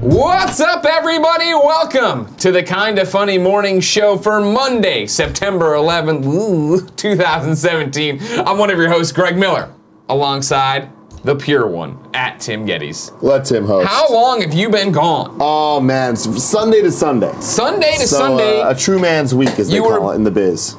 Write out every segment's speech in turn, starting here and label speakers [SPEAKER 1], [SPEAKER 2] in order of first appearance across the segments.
[SPEAKER 1] What's up, everybody? Welcome to the Kind of Funny Morning Show for Monday, September 11th, ooh, 2017. I'm one of your hosts, Greg Miller, alongside the pure one at Tim Geddes.
[SPEAKER 2] Let Tim host.
[SPEAKER 1] How long have you been gone?
[SPEAKER 2] Oh man, S- Sunday to Sunday.
[SPEAKER 1] Sunday to
[SPEAKER 2] So,
[SPEAKER 1] Sunday.
[SPEAKER 2] uh, a true man's week, as they
[SPEAKER 1] You
[SPEAKER 2] call
[SPEAKER 1] were-
[SPEAKER 2] it in the biz.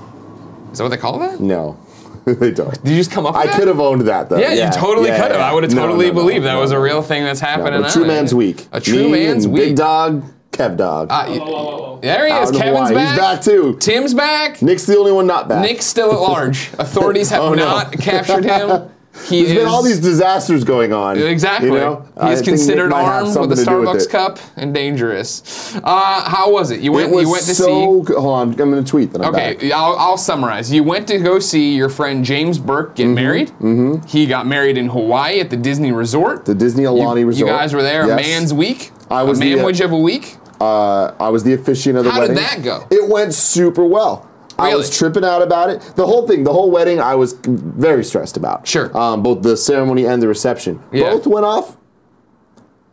[SPEAKER 1] Is that what they call that? Did
[SPEAKER 2] No, they don't.
[SPEAKER 1] you just come up with
[SPEAKER 2] I
[SPEAKER 1] that?
[SPEAKER 2] could have owned that though.
[SPEAKER 1] Yeah, you totally
[SPEAKER 2] yeah,
[SPEAKER 1] could have.
[SPEAKER 2] yeah.
[SPEAKER 1] I would have
[SPEAKER 2] No,
[SPEAKER 1] totally
[SPEAKER 2] no, no,
[SPEAKER 1] believed that
[SPEAKER 2] no.
[SPEAKER 1] was a real thing that's
[SPEAKER 2] No,
[SPEAKER 1] happening.
[SPEAKER 2] a true
[SPEAKER 1] out
[SPEAKER 2] man's
[SPEAKER 1] there.
[SPEAKER 2] week.
[SPEAKER 1] A true
[SPEAKER 2] Me
[SPEAKER 1] man's
[SPEAKER 2] and
[SPEAKER 1] week.
[SPEAKER 2] Big dog, Kev dog.
[SPEAKER 1] Uh, There he
[SPEAKER 2] Out
[SPEAKER 1] is.
[SPEAKER 2] in
[SPEAKER 1] Kevin's
[SPEAKER 2] Hawaii.
[SPEAKER 1] back.
[SPEAKER 2] He's back too.
[SPEAKER 1] Tim's back.
[SPEAKER 2] Nick's the only one not back.
[SPEAKER 1] Nick's still at large. Authorities have
[SPEAKER 2] Oh, no.
[SPEAKER 1] not captured him. He
[SPEAKER 2] There's
[SPEAKER 1] is
[SPEAKER 2] been all these disasters going on.
[SPEAKER 1] exactly.
[SPEAKER 2] You know,
[SPEAKER 1] he
[SPEAKER 2] I
[SPEAKER 1] is
[SPEAKER 2] think Nick
[SPEAKER 1] considered
[SPEAKER 2] might have
[SPEAKER 1] armed with a
[SPEAKER 2] something to do
[SPEAKER 1] Starbucks
[SPEAKER 2] it.
[SPEAKER 1] cup and dangerous. Uh, how was it? You went.
[SPEAKER 2] It was
[SPEAKER 1] you went to
[SPEAKER 2] so. Good. Hold on, I'm gonna tweet that I'm
[SPEAKER 1] see.
[SPEAKER 2] back.
[SPEAKER 1] Okay, I'll, I'll summarize. You went to go see your friend James Burke get married. Mm-hmm. He got married in Hawaii at the Disney Resort.
[SPEAKER 2] The Disney Alani
[SPEAKER 1] you,
[SPEAKER 2] Resort.
[SPEAKER 1] You guys were there.
[SPEAKER 2] Yes.
[SPEAKER 1] A man's week.
[SPEAKER 2] I was
[SPEAKER 1] a
[SPEAKER 2] the, uh,
[SPEAKER 1] manwidge of a week.
[SPEAKER 2] Uh, I was the officiant of the
[SPEAKER 1] How did
[SPEAKER 2] wedding.
[SPEAKER 1] that go?
[SPEAKER 2] It went super well. I
[SPEAKER 1] Really?
[SPEAKER 2] was tripping out about it. The whole thing, the whole wedding, I was very stressed about.
[SPEAKER 1] Sure.
[SPEAKER 2] Um, both the ceremony and the reception.
[SPEAKER 1] Yeah.
[SPEAKER 2] Both went off.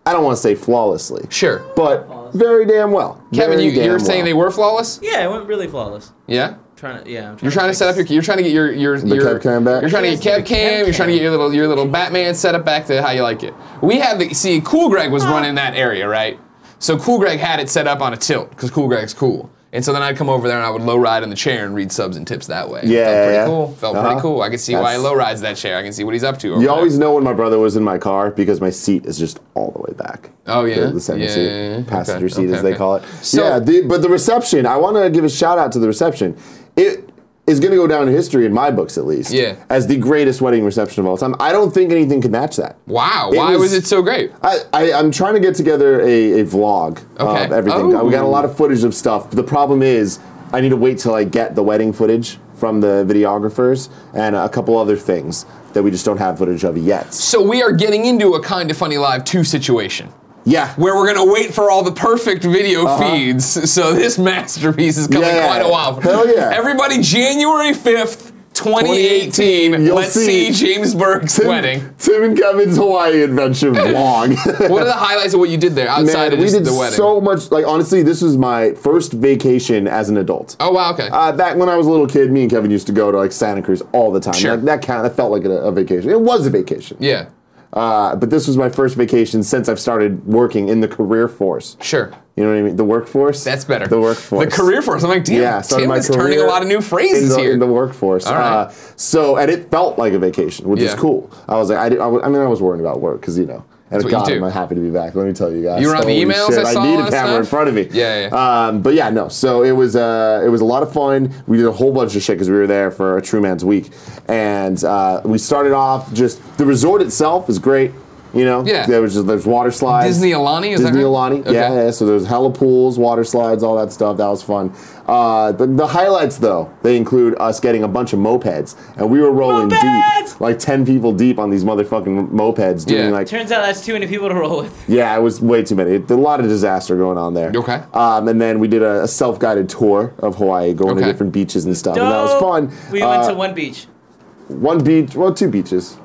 [SPEAKER 2] I don't want to say flawlessly,
[SPEAKER 1] Sure.
[SPEAKER 2] but very damn well.
[SPEAKER 1] Kevin,
[SPEAKER 2] Very
[SPEAKER 1] you, you
[SPEAKER 2] damn
[SPEAKER 1] were saying they
[SPEAKER 2] well.
[SPEAKER 1] were flawless.
[SPEAKER 3] Yeah, it went really flawless.
[SPEAKER 1] Yeah.
[SPEAKER 3] Trying to, yeah. I'm trying
[SPEAKER 1] You're trying to set up your. You're trying to get your your your
[SPEAKER 2] Kev Cam back?
[SPEAKER 1] You're trying to
[SPEAKER 3] Yes,
[SPEAKER 1] get Kev
[SPEAKER 3] the Kev
[SPEAKER 1] Cam. You're
[SPEAKER 3] Cam.
[SPEAKER 1] trying to get your little your little Batman setup back to how you like it. We had the see Cool Greg was running that area right, so Cool Greg had it set up on a tilt because Cool Greg's cool, and so then I'd come over there and I would low ride in the chair and read subs and tips that way.
[SPEAKER 2] Yeah,
[SPEAKER 1] felt pretty
[SPEAKER 2] yeah.
[SPEAKER 1] cool. Felt
[SPEAKER 2] Uh-huh.
[SPEAKER 1] pretty cool. I could see why he
[SPEAKER 2] That's-
[SPEAKER 1] low rides that chair. I can see what he's up to. Over
[SPEAKER 2] You
[SPEAKER 1] there.
[SPEAKER 2] always know when my brother was in my car because my seat is just all the way back.
[SPEAKER 1] Oh, yeah?
[SPEAKER 2] the, the second
[SPEAKER 1] Yeah,
[SPEAKER 2] seat,
[SPEAKER 1] yeah, yeah.
[SPEAKER 2] passenger
[SPEAKER 1] Okay,
[SPEAKER 2] seat
[SPEAKER 1] okay,
[SPEAKER 2] as they
[SPEAKER 1] okay.
[SPEAKER 2] call it.
[SPEAKER 1] So-
[SPEAKER 2] yeah, the, but the reception. I want to give a shout out to the reception. It is going to go down in history in my books, at least.
[SPEAKER 1] Yeah.
[SPEAKER 2] as the greatest wedding reception of all time. I don't think anything can match that.
[SPEAKER 1] Wow.
[SPEAKER 2] It
[SPEAKER 1] Why was,
[SPEAKER 2] was-
[SPEAKER 1] it so great?
[SPEAKER 2] I, I, I'm trying to get together a, a vlog uh,
[SPEAKER 1] Okay.
[SPEAKER 2] of everything.
[SPEAKER 1] Oh.
[SPEAKER 2] We got a lot of footage of stuff. But the problem is, I need to wait till I get the wedding footage from the videographers and a couple other things that we just don't have footage of yet.
[SPEAKER 1] So we are getting into a kind of funny live two situation.
[SPEAKER 2] Yeah.
[SPEAKER 1] where we're gonna wait for all the perfect video feeds. So this masterpiece is coming
[SPEAKER 2] Uh-huh. Yeah.
[SPEAKER 1] quite a while. from-
[SPEAKER 2] Hell yeah.
[SPEAKER 1] Everybody, January fifth, 2018.
[SPEAKER 2] 2018, you'll
[SPEAKER 1] let's see,
[SPEAKER 2] see
[SPEAKER 1] James Burke's
[SPEAKER 2] Tim,
[SPEAKER 1] wedding.
[SPEAKER 2] Tim and Kevin's Hawaii adventure vlog.
[SPEAKER 1] What are the highlights of what you did there outside
[SPEAKER 2] Man,
[SPEAKER 1] of
[SPEAKER 2] we
[SPEAKER 1] just
[SPEAKER 2] did
[SPEAKER 1] the wedding?
[SPEAKER 2] so much. Like honestly, this was my first vacation as an adult.
[SPEAKER 1] oh wow, okay.
[SPEAKER 2] Uh, back when I was a little kid, me and Kevin used to go to like Santa Cruz all the time.
[SPEAKER 1] Sure.
[SPEAKER 2] Like, that kind of felt like a, a vacation. It was a vacation.
[SPEAKER 1] yeah,
[SPEAKER 2] Uh, but this was my first vacation since I've started working in the career force.
[SPEAKER 1] sure.
[SPEAKER 2] You know what I mean? The workforce.
[SPEAKER 1] That's better.
[SPEAKER 2] The workforce.
[SPEAKER 1] The career force. I'm like, damn,
[SPEAKER 2] Yeah, started
[SPEAKER 1] Tim
[SPEAKER 2] my
[SPEAKER 1] is turning a
[SPEAKER 2] career
[SPEAKER 1] lot of new phrases
[SPEAKER 2] in the,
[SPEAKER 1] here.
[SPEAKER 2] in the workforce.
[SPEAKER 1] All right.
[SPEAKER 2] Uh, so and it felt like a vacation, which is
[SPEAKER 1] Yeah.
[SPEAKER 2] cool. I was like, I, did, I, was, I mean, I was worried about work because you know. And
[SPEAKER 1] what you
[SPEAKER 2] God,
[SPEAKER 1] do.
[SPEAKER 2] am I happy to be back? Let me tell you guys.
[SPEAKER 1] You were on the
[SPEAKER 2] Holy
[SPEAKER 1] emails
[SPEAKER 2] shit,
[SPEAKER 1] I saw
[SPEAKER 2] need a
[SPEAKER 1] and
[SPEAKER 2] camera in
[SPEAKER 1] stuff?
[SPEAKER 2] front of me.
[SPEAKER 1] Yeah,
[SPEAKER 2] Um, but yeah, no. So it was uh, it was a lot of fun. We did a whole bunch of shit because we were there for a True Man's Week, and uh, we started off just the resort itself is great. You know,
[SPEAKER 1] Yeah.
[SPEAKER 2] there was just, there's water slides.
[SPEAKER 1] Disney Alani, is that
[SPEAKER 2] Disney
[SPEAKER 1] right?
[SPEAKER 2] Alani,
[SPEAKER 1] Okay.
[SPEAKER 2] yeah, yeah. So there's hella pools, water slides, all that stuff. That was fun. Uh, the, the highlights though, they include us getting a bunch of mopeds, and we were rolling
[SPEAKER 3] Mopeds!
[SPEAKER 2] deep, like ten people deep on these motherfucking mopeds, doing
[SPEAKER 1] Yeah.
[SPEAKER 2] like
[SPEAKER 3] Turns out that's too many people to roll with.
[SPEAKER 2] yeah, it was way too many. It, a lot of disaster going on there.
[SPEAKER 1] Okay.
[SPEAKER 2] Um, and then we did a, a self-guided tour of Hawaii, going
[SPEAKER 1] Okay.
[SPEAKER 2] to different beaches and stuff, and that was
[SPEAKER 3] Dope.
[SPEAKER 2] fun.
[SPEAKER 3] We
[SPEAKER 2] Uh,
[SPEAKER 3] went to one beach.
[SPEAKER 2] one beach, well, two beaches,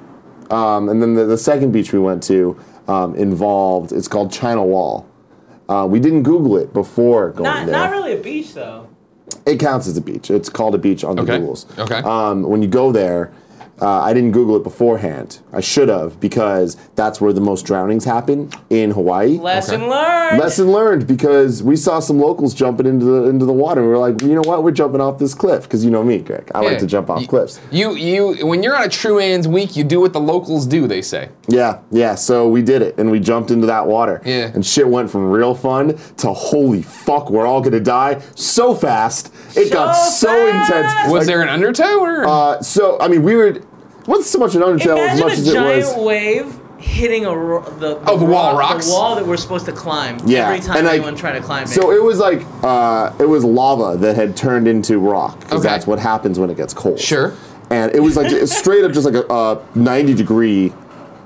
[SPEAKER 2] um, and then the, the second beach we went to um, involved. It's called China Wall. Uh, we didn't Google it before going
[SPEAKER 3] Not
[SPEAKER 2] there.
[SPEAKER 3] not really a beach though.
[SPEAKER 2] It counts as a beach. It's called a beach on the
[SPEAKER 1] Okay.
[SPEAKER 2] rules.
[SPEAKER 1] Okay.
[SPEAKER 2] Um, when you go there, uh, I didn't Google it beforehand. I should have because that's where the most drownings happen in Hawaii.
[SPEAKER 3] Lesson
[SPEAKER 1] Okay.
[SPEAKER 3] learned.
[SPEAKER 2] Lesson learned because we saw some locals jumping into the into the water. We were like, you know what? We're jumping off this cliff because you know me, Greg. I
[SPEAKER 1] Yeah.
[SPEAKER 2] like to jump off
[SPEAKER 1] You-
[SPEAKER 2] cliffs.
[SPEAKER 1] You you when you're on a True Ands week, you do what the locals do. They say.
[SPEAKER 2] Yeah, yeah. So we did it, and we jumped into that water.
[SPEAKER 1] Yeah.
[SPEAKER 2] And shit went from real fun to holy fuck, we're all gonna die so fast. It got
[SPEAKER 3] So
[SPEAKER 2] so
[SPEAKER 3] fast!
[SPEAKER 2] intense.
[SPEAKER 1] Was
[SPEAKER 2] Like,
[SPEAKER 1] there an undertow or?
[SPEAKER 2] Uh, so I mean, we were. It wasn't so much an undertale as
[SPEAKER 3] Imagine
[SPEAKER 2] much
[SPEAKER 3] a
[SPEAKER 2] as it was.
[SPEAKER 3] giant wave hitting a ro- the, the
[SPEAKER 1] Oh, the wall
[SPEAKER 3] rock-
[SPEAKER 1] rocks?
[SPEAKER 3] the wall that we're supposed to climb.
[SPEAKER 2] Yeah,
[SPEAKER 3] Every time
[SPEAKER 2] and, like,
[SPEAKER 3] anyone tried to climb
[SPEAKER 2] So
[SPEAKER 3] it.
[SPEAKER 2] it was like uh, it was lava that had turned into rock because
[SPEAKER 1] Okay.
[SPEAKER 2] that's what happens when it gets cold.
[SPEAKER 1] Sure.
[SPEAKER 2] And it was like it's straight up just like a, a ninety degree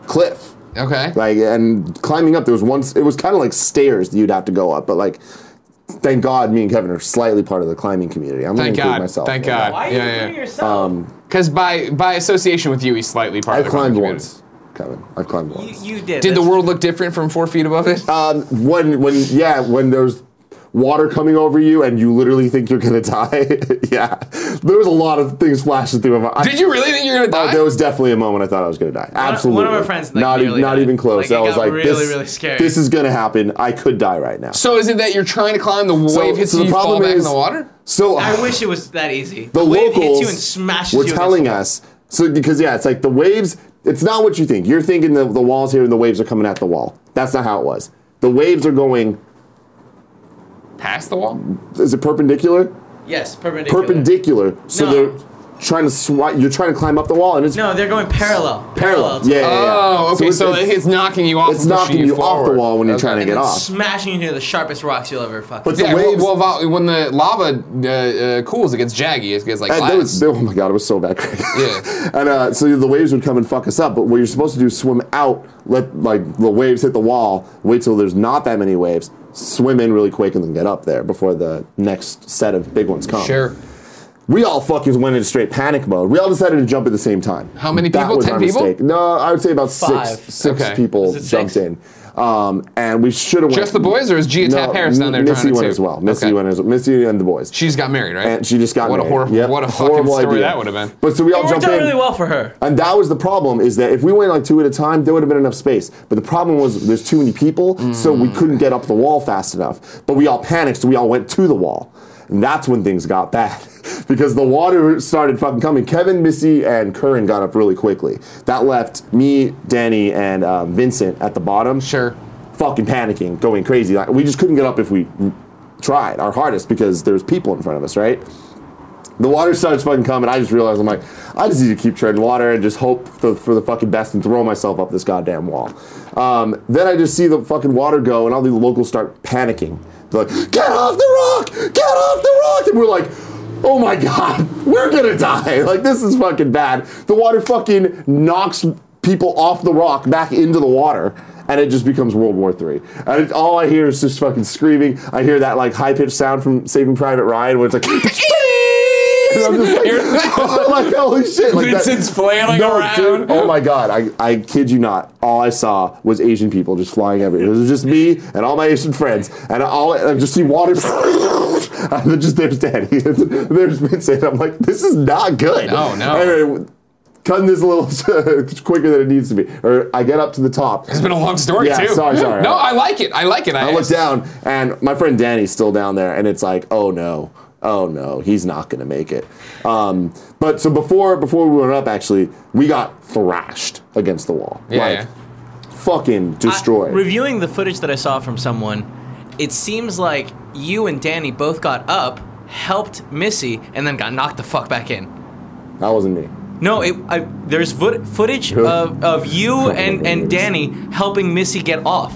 [SPEAKER 2] cliff,
[SPEAKER 1] okay.
[SPEAKER 2] like and climbing up. There was once it was kind of like stairs that you'd have to go up, but like. Thank God, me and Kevin are slightly part of the climbing community. I'm
[SPEAKER 1] Thank
[SPEAKER 2] gonna include
[SPEAKER 1] God.
[SPEAKER 2] myself.
[SPEAKER 1] Thank
[SPEAKER 2] in that.
[SPEAKER 1] God.
[SPEAKER 3] Why are you
[SPEAKER 1] Yeah,
[SPEAKER 3] doing
[SPEAKER 1] yeah.
[SPEAKER 2] Um,
[SPEAKER 3] yourself?
[SPEAKER 1] Because by by association with you, he's slightly part
[SPEAKER 2] I
[SPEAKER 1] of the
[SPEAKER 2] climbed
[SPEAKER 1] community.
[SPEAKER 2] once. Kevin. I've climbed
[SPEAKER 3] You,
[SPEAKER 2] once.
[SPEAKER 3] you did.
[SPEAKER 1] Did the
[SPEAKER 3] That's-
[SPEAKER 1] world look different from four feet above it?
[SPEAKER 2] Um, when when yeah, when there's water coming over you and you literally think you're gonna die. yeah, there was a lot of things flashing through my. I,
[SPEAKER 1] Did you really think you were gonna
[SPEAKER 2] Oh,
[SPEAKER 1] die?
[SPEAKER 2] there was definitely a moment I thought I was going to die. Absolutely.
[SPEAKER 3] one of our friends, like,
[SPEAKER 2] not, e-
[SPEAKER 3] nearly
[SPEAKER 2] not
[SPEAKER 3] died.
[SPEAKER 2] even close.
[SPEAKER 3] Like,
[SPEAKER 2] I
[SPEAKER 3] it
[SPEAKER 2] was
[SPEAKER 3] got
[SPEAKER 2] like,
[SPEAKER 3] really,
[SPEAKER 2] this,
[SPEAKER 3] really scary.
[SPEAKER 2] this is going to happen. I could die right now.
[SPEAKER 1] so is it that you're trying to climb the wave hits
[SPEAKER 2] so
[SPEAKER 1] you,
[SPEAKER 2] the
[SPEAKER 1] you fall
[SPEAKER 2] problem
[SPEAKER 1] back in
[SPEAKER 2] is-
[SPEAKER 1] the water?
[SPEAKER 2] So
[SPEAKER 3] I wish it was that easy.
[SPEAKER 2] the
[SPEAKER 3] wave
[SPEAKER 2] locals
[SPEAKER 3] hits you and smashes
[SPEAKER 2] were
[SPEAKER 3] you.
[SPEAKER 2] telling
[SPEAKER 3] against
[SPEAKER 2] us. So because yeah, it's like the waves. It's not what you think. You're thinking the, the walls here and the waves are coming at the wall. That's not how it was. The waves are going.
[SPEAKER 1] Past the wall?
[SPEAKER 2] Is it perpendicular?
[SPEAKER 3] the- Yes, perpendicular.
[SPEAKER 2] Perpendicular. So
[SPEAKER 3] No.
[SPEAKER 2] they're trying to swat. You're trying to climb up the wall, and it's
[SPEAKER 3] No, they're going parallel.
[SPEAKER 2] parallel.
[SPEAKER 3] to
[SPEAKER 2] Yeah, yeah, yeah.
[SPEAKER 1] Oh, okay.
[SPEAKER 2] it's-
[SPEAKER 1] So,
[SPEAKER 2] it's-
[SPEAKER 1] it's, knocking you off.
[SPEAKER 2] it's
[SPEAKER 1] and pushing
[SPEAKER 2] knocking you off the
[SPEAKER 1] forward.
[SPEAKER 2] wall when you're trying to
[SPEAKER 3] And
[SPEAKER 2] get
[SPEAKER 3] then
[SPEAKER 2] off.
[SPEAKER 3] smashing into the sharpest rocks you'll ever fuck.
[SPEAKER 2] But the
[SPEAKER 1] Yeah,
[SPEAKER 2] waves.
[SPEAKER 1] well, well, when the lava uh, uh, cools, it gets jaggy. It gets like
[SPEAKER 2] And
[SPEAKER 1] glass.
[SPEAKER 2] that was- that- oh my god, it was so bad, Craig.
[SPEAKER 1] Yeah.
[SPEAKER 2] and uh, so the waves would come and fuck us up. But what you're supposed to do is swim out, let like the waves hit the wall, wait till there's not that many waves, swim in really quick, and then get up there before the next set of big ones come.
[SPEAKER 1] Sure.
[SPEAKER 2] We all fucking went into straight panic mode. We all decided to jump at the same time.
[SPEAKER 1] How many
[SPEAKER 2] That
[SPEAKER 1] people?
[SPEAKER 2] was
[SPEAKER 1] 10
[SPEAKER 2] our
[SPEAKER 1] people?
[SPEAKER 2] mistake. No, I would say about
[SPEAKER 3] Five.
[SPEAKER 2] six. Six
[SPEAKER 1] Okay.
[SPEAKER 2] people
[SPEAKER 3] Was it
[SPEAKER 2] jumped
[SPEAKER 3] six?
[SPEAKER 2] in. Um, and we should have
[SPEAKER 1] Just the boys, or is Gia Tap Harris down there
[SPEAKER 2] Missy
[SPEAKER 1] trying to
[SPEAKER 2] went
[SPEAKER 1] too?
[SPEAKER 2] as well. Missy
[SPEAKER 1] Okay.
[SPEAKER 2] went as well. Missy and the boys.
[SPEAKER 1] She's got married, right?
[SPEAKER 2] and she just got
[SPEAKER 1] what
[SPEAKER 2] married.
[SPEAKER 1] a horrible,
[SPEAKER 2] Yep.
[SPEAKER 1] what a fucking
[SPEAKER 2] Horrible
[SPEAKER 1] story
[SPEAKER 2] idea.
[SPEAKER 1] that would have been.
[SPEAKER 2] But so we all
[SPEAKER 3] it worked
[SPEAKER 2] jumped
[SPEAKER 3] out
[SPEAKER 2] in,
[SPEAKER 3] really well for her.
[SPEAKER 2] and that was the problem. Is that if we went like two at a time, there would have been enough space. But the problem was there's too many people, so we couldn't get up the wall fast enough. But we all panicked, so we all went to the wall, and that's when things got bad. Because the water started fucking coming. Kevin, Missy, and Curran got up really quickly. That left me, Danny, and um, Vincent at the bottom
[SPEAKER 1] Sure.
[SPEAKER 2] fucking panicking, going crazy. Like we just couldn't get up if we tried our hardest because there was people in front of us, right? The water starts fucking coming. I just realized I'm like, I just need to keep treading water and just hope for, for the fucking best and throw myself up this goddamn wall. Um, then I just see the fucking water go, and all the locals start panicking. They're like, "Get off the rock! Get off the rock!" And we're like, "Oh my god, we're gonna die! Like this is fucking bad." The water fucking knocks people off the rock back into the water, and it just becomes World War Three. And it, all I hear is just fucking screaming. I hear that like high pitched sound from Saving Private Ryan, where it's like. And I'm just like, like, holy shit! Like that-
[SPEAKER 1] Vincent's flailing around.
[SPEAKER 2] dude. oh my god! I, I kid you not. All I saw was Asian people just flying everywhere. It was just me and all my Asian friends, and all I just see water. And then just there's Danny. there's Vincent. I'm like, this is not good.
[SPEAKER 1] No, no.
[SPEAKER 2] Anyway, cutting this a little quicker than it needs to be. Or I get up to the top.
[SPEAKER 1] It's been a long story
[SPEAKER 2] Yeah,
[SPEAKER 1] too.
[SPEAKER 2] sorry, sorry.
[SPEAKER 1] No, I like it. I like it. I,
[SPEAKER 2] I look
[SPEAKER 1] asked.
[SPEAKER 2] down, and my friend Danny's still down there, and it's like, oh no, oh no, he's not gonna make it. Um, but so before before we went up, actually, we got thrashed against the wall,
[SPEAKER 1] Yeah,
[SPEAKER 2] like fucking
[SPEAKER 3] I-
[SPEAKER 2] destroyed.
[SPEAKER 3] reviewing the footage that I saw from someone, it seems like you and Danny both got up, helped Missy, and then got knocked the fuck back in.
[SPEAKER 2] that wasn't me.
[SPEAKER 3] No, it, I, there's foot, footage
[SPEAKER 2] Who?
[SPEAKER 3] of, of you and, and
[SPEAKER 2] remember.
[SPEAKER 3] Danny helping Missy get off.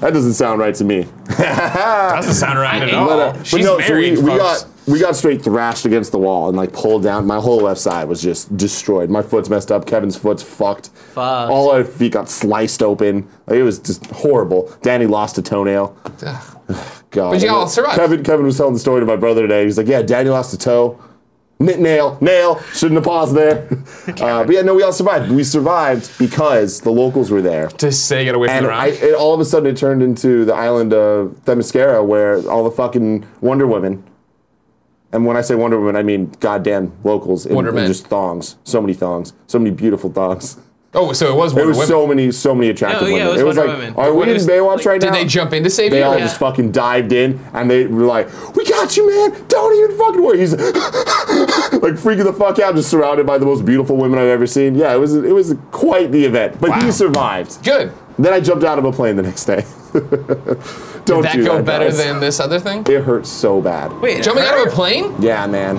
[SPEAKER 2] That doesn't sound right to me.
[SPEAKER 1] Doesn't sound right at all.
[SPEAKER 2] But, uh, but
[SPEAKER 1] She's
[SPEAKER 2] no, so we,
[SPEAKER 1] married,
[SPEAKER 2] we
[SPEAKER 1] folks.
[SPEAKER 2] got we got straight thrashed against the wall and like pulled down. My whole left side was just destroyed. My foot's messed up. Kevin's foot's fucked.
[SPEAKER 3] Fucked.
[SPEAKER 2] All our feet got sliced open. Like, it was just horrible. Danny lost a toenail. God.
[SPEAKER 1] But you all survived.
[SPEAKER 2] Kevin Kevin was telling the story to my brother today. He's like, yeah, Danny lost a toe. N- nail, nail. Shouldn't have paused there. uh, but yeah, no, we all survived. We survived because the locals were there.
[SPEAKER 1] Just say get away from
[SPEAKER 2] And
[SPEAKER 1] the
[SPEAKER 2] I,
[SPEAKER 1] rock.
[SPEAKER 2] it, all of a sudden, it turned into the island of Themyscira, where all the fucking Wonder Women. And when I say Wonder Woman, I mean goddamn locals in,
[SPEAKER 1] Wonder
[SPEAKER 2] in
[SPEAKER 1] Men.
[SPEAKER 2] just thongs. So many thongs. So many beautiful thongs.
[SPEAKER 1] Oh, so it was
[SPEAKER 2] There
[SPEAKER 1] Wonder
[SPEAKER 2] was
[SPEAKER 1] Woman.
[SPEAKER 2] so many, so many attractive
[SPEAKER 1] Oh,
[SPEAKER 3] No, yeah,
[SPEAKER 2] women.
[SPEAKER 3] it was Wonder
[SPEAKER 2] like,
[SPEAKER 3] Women.
[SPEAKER 2] are we in
[SPEAKER 1] Is-
[SPEAKER 2] Baywatch right
[SPEAKER 1] Did
[SPEAKER 2] now?
[SPEAKER 1] they jump in to save
[SPEAKER 2] They
[SPEAKER 1] you?
[SPEAKER 2] all
[SPEAKER 3] Yeah.
[SPEAKER 2] just fucking dived in, and they were like, "We got you, man! Don't even fucking worry." He's like freaking the fuck out, just surrounded by the most beautiful women I've ever seen. Yeah, it was it was quite the event, but
[SPEAKER 1] Wow.
[SPEAKER 2] he survived.
[SPEAKER 1] Good.
[SPEAKER 2] Then I jumped out of a plane the next day. Don't
[SPEAKER 1] That
[SPEAKER 2] do
[SPEAKER 1] go better
[SPEAKER 2] guys.
[SPEAKER 1] than this other thing?
[SPEAKER 2] It hurts so bad.
[SPEAKER 3] Wait,
[SPEAKER 1] Jumping out of a
[SPEAKER 3] her?
[SPEAKER 1] plane?
[SPEAKER 2] Yeah, man,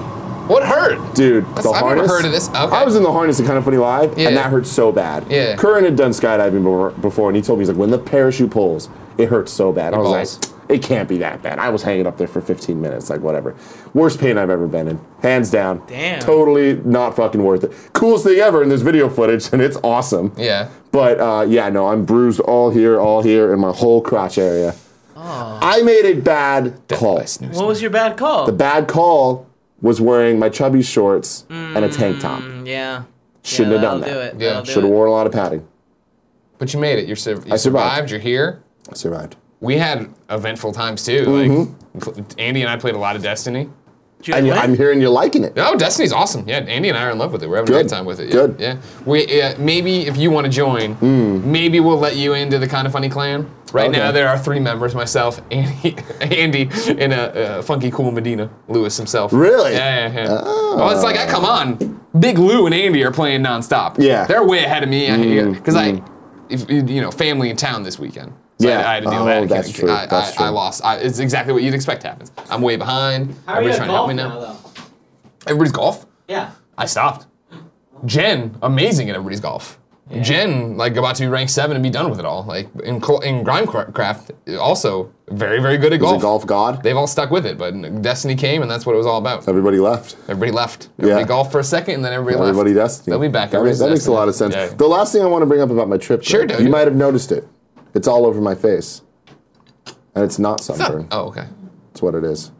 [SPEAKER 1] What hurt?
[SPEAKER 2] dude.
[SPEAKER 1] That's-
[SPEAKER 2] the
[SPEAKER 1] I've never
[SPEAKER 2] harness.
[SPEAKER 1] heard of this. Okay.
[SPEAKER 2] I was in the harness at Kind of Funny Live,
[SPEAKER 1] Yeah.
[SPEAKER 2] and that hurt so bad.
[SPEAKER 1] Yeah.
[SPEAKER 2] Curran had done skydiving before, before, and he told me he's like, when the parachute pulls, it hurts so bad. I was
[SPEAKER 1] balls.
[SPEAKER 2] like, it can't be that bad. I was hanging up there for 15 minutes, like whatever. Worst pain I've ever been in, hands down.
[SPEAKER 3] Damn.
[SPEAKER 2] Totally not fucking worth it. Coolest thing ever, and there's video footage, and it's awesome.
[SPEAKER 1] Yeah.
[SPEAKER 2] But uh, yeah, no, I'm bruised all here, all here, in my whole crotch area. I made a bad call.
[SPEAKER 1] by snooze.
[SPEAKER 3] What was your bad call?
[SPEAKER 2] The bad call was wearing my chubby shorts and a tank top.
[SPEAKER 3] yeah. Mm.
[SPEAKER 2] Shouldn't have done
[SPEAKER 3] that'll
[SPEAKER 2] that.
[SPEAKER 3] Do it.
[SPEAKER 1] Yeah,
[SPEAKER 3] that'll do
[SPEAKER 2] Should have
[SPEAKER 3] it.
[SPEAKER 2] worn a lot of padding.
[SPEAKER 1] But you made it. You're sur- you survived. You're here.
[SPEAKER 2] I survived.
[SPEAKER 1] We had eventful times too. Like
[SPEAKER 2] Mm-hmm.
[SPEAKER 1] Andy and I played a lot of Destiny.
[SPEAKER 3] Did you
[SPEAKER 2] And
[SPEAKER 3] win?
[SPEAKER 2] I'm hearing you liking it.
[SPEAKER 1] Oh, Destiny's awesome. Yeah, Andy and I are in love with it. We're having a
[SPEAKER 2] Good.
[SPEAKER 1] good time with it. Yeah.
[SPEAKER 2] Good. Hmm.
[SPEAKER 1] Yeah. We uh, maybe if you want to join, maybe we'll let you into the kind of funny clan. Right
[SPEAKER 2] Okay.
[SPEAKER 1] now there are three members: myself, Andy, Andy, and a uh, funky cool Medina Lewis himself.
[SPEAKER 2] Really? Oh.
[SPEAKER 1] Yeah. yeah, yeah. Well, it's like I come on. Big Lou and Andy are playing nonstop.
[SPEAKER 2] Yeah. Hmm,
[SPEAKER 1] They're way ahead of me. Because I, if, you know, family in town this weekend. So I,
[SPEAKER 2] Yeah.
[SPEAKER 1] I had to deal
[SPEAKER 2] Oh,
[SPEAKER 1] with that.
[SPEAKER 2] that's
[SPEAKER 1] I-
[SPEAKER 2] true.
[SPEAKER 1] I,
[SPEAKER 2] That's
[SPEAKER 1] I, I
[SPEAKER 2] true.
[SPEAKER 1] lost. I, it's exactly what you'd expect happens. I'm way behind.
[SPEAKER 4] How are you
[SPEAKER 1] Everybody's
[SPEAKER 4] at
[SPEAKER 1] trying to help
[SPEAKER 4] golf
[SPEAKER 1] me
[SPEAKER 4] now,
[SPEAKER 1] now.
[SPEAKER 4] though?
[SPEAKER 1] Everybody's golf.
[SPEAKER 4] Yeah.
[SPEAKER 1] I stopped. Jen, amazing at everybody's golf. Jen, like about to be ranked seven and be done with it all. Like in cl- in Grimecraft, also very very good at
[SPEAKER 2] Is
[SPEAKER 1] golf.
[SPEAKER 2] it golf god?
[SPEAKER 1] They've all stuck with it, but Destiny came and that's what it was all about.
[SPEAKER 2] Everybody left.
[SPEAKER 1] Everybody left. Everybody golfed for a second and then everybody,
[SPEAKER 2] Everybody
[SPEAKER 1] left.
[SPEAKER 2] Destiny.
[SPEAKER 1] They'll be back.
[SPEAKER 2] That, ma-
[SPEAKER 1] Everybody's
[SPEAKER 2] that makes a
[SPEAKER 1] Destiny.
[SPEAKER 2] lot of sense.
[SPEAKER 1] Yeah.
[SPEAKER 2] The last thing I want to bring up about my trip.
[SPEAKER 1] Sure,
[SPEAKER 2] though,
[SPEAKER 1] dude.
[SPEAKER 2] You might have noticed it. It's all over my face. And it's not sunburn.
[SPEAKER 1] Oh, okay.
[SPEAKER 2] That's what it is.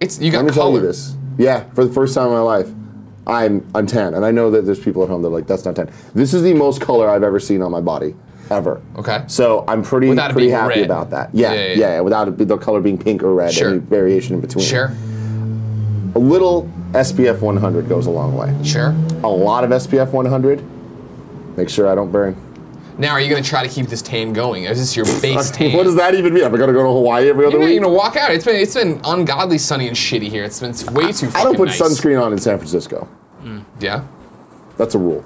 [SPEAKER 1] It's you got
[SPEAKER 2] Let me
[SPEAKER 1] color.
[SPEAKER 2] tell you this. Yeah, for the first time in my life, I'm I'm tan, and I know that there's people at home that are like that's not tan. This is the most color I've ever seen on my body, ever.
[SPEAKER 1] Okay.
[SPEAKER 2] So I'm pretty
[SPEAKER 1] Without it
[SPEAKER 2] pretty
[SPEAKER 1] being
[SPEAKER 2] happy
[SPEAKER 1] red.
[SPEAKER 2] about that. Yeah,
[SPEAKER 1] Yeah,
[SPEAKER 2] yeah,
[SPEAKER 1] yeah,
[SPEAKER 2] yeah.
[SPEAKER 1] yeah.
[SPEAKER 2] without it, be- the color being pink or red,
[SPEAKER 1] Sure.
[SPEAKER 2] any variation in between.
[SPEAKER 1] Sure,
[SPEAKER 2] A little SPF 100 goes a long way.
[SPEAKER 1] sure.
[SPEAKER 2] A lot of SPF 100. Make sure I don't burn.
[SPEAKER 1] Now, are you gonna try to keep this tan going? Is this your base tan?
[SPEAKER 2] What does that even mean? Am I gonna go to Hawaii every other
[SPEAKER 1] You're not
[SPEAKER 2] week?
[SPEAKER 1] gonna walk out. It's been it's been ungodly sunny and shitty here. It's been way too.
[SPEAKER 2] I don't
[SPEAKER 1] fucking
[SPEAKER 2] put
[SPEAKER 1] nice.
[SPEAKER 2] sunscreen on in San Francisco.
[SPEAKER 1] Yeah.
[SPEAKER 2] That's a rule.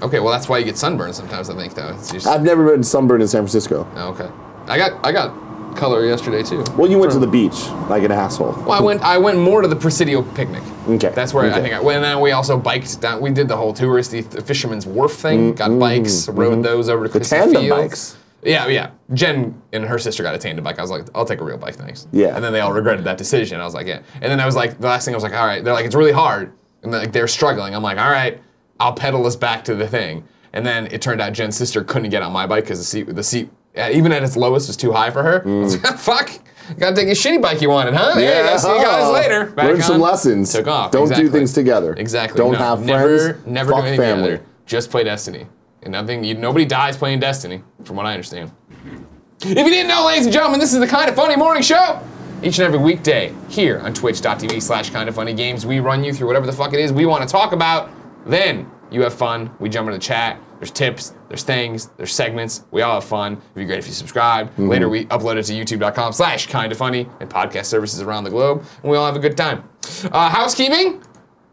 [SPEAKER 1] Okay, well that's why you get sunburned sometimes. I think though. It's just,
[SPEAKER 2] I've never been sunburned in San Francisco.
[SPEAKER 1] oh, okay. I got I got color yesterday too.
[SPEAKER 2] Well, you went to the beach like an asshole.
[SPEAKER 1] Well, I went I went more to the Presidio picnic.
[SPEAKER 2] Okay,
[SPEAKER 1] That's where I
[SPEAKER 2] okay.
[SPEAKER 1] think I went. And then we also biked down. We did the whole touristy th- Fisherman's Wharf
[SPEAKER 2] Mm,
[SPEAKER 1] thing. Got bikes, rode those over to the
[SPEAKER 2] tandem bikes.
[SPEAKER 1] Yeah, yeah. Jen and her sister got a tandem bike. I was like, I'll take a real bike, thanks.
[SPEAKER 2] Yeah.
[SPEAKER 1] And then they all regretted that decision. I was like, yeah. And then I was like, the last thing I was like, all right. They're like, it's really hard. And like they're struggling. I'm like, all right, I'll pedal us back to the thing. And then it turned out Jen's sister couldn't get on my bike because the seat, the seat, uh, even at its lowest, was too high for her. I
[SPEAKER 2] Mm.
[SPEAKER 1] was like, fuck. Gotta take a shitty bike you wanted, huh? Yeah. uh-huh. I'll see you guys
[SPEAKER 2] Oh.
[SPEAKER 1] later. Back
[SPEAKER 2] Learn
[SPEAKER 1] on.
[SPEAKER 2] some lessons.
[SPEAKER 1] Took off.
[SPEAKER 2] Don't
[SPEAKER 1] exactly.
[SPEAKER 2] do things together.
[SPEAKER 1] Exactly.
[SPEAKER 2] Don't
[SPEAKER 1] No,
[SPEAKER 2] have friends.
[SPEAKER 1] Never, never
[SPEAKER 2] fuck
[SPEAKER 1] do anything
[SPEAKER 2] family.
[SPEAKER 1] together. Just play Destiny. And nothing. You, nobody dies playing Destiny, from what I understand. If you didn't know, ladies and gentlemen, this is the Kind of Funny Morning Show. Each and every weekday here on twitch.tv slash kind of funny games, we run you through whatever the fuck it is we want to talk about. Then you have fun. We jump into the chat. There's tips, there's things, there's segments. We all have fun. It'd be great if you subscribe.
[SPEAKER 2] Mm-hmm.
[SPEAKER 1] Later, we upload it to youtube.com slash kind of funny and podcast services around the globe. And we all have a good time. Uh, housekeeping,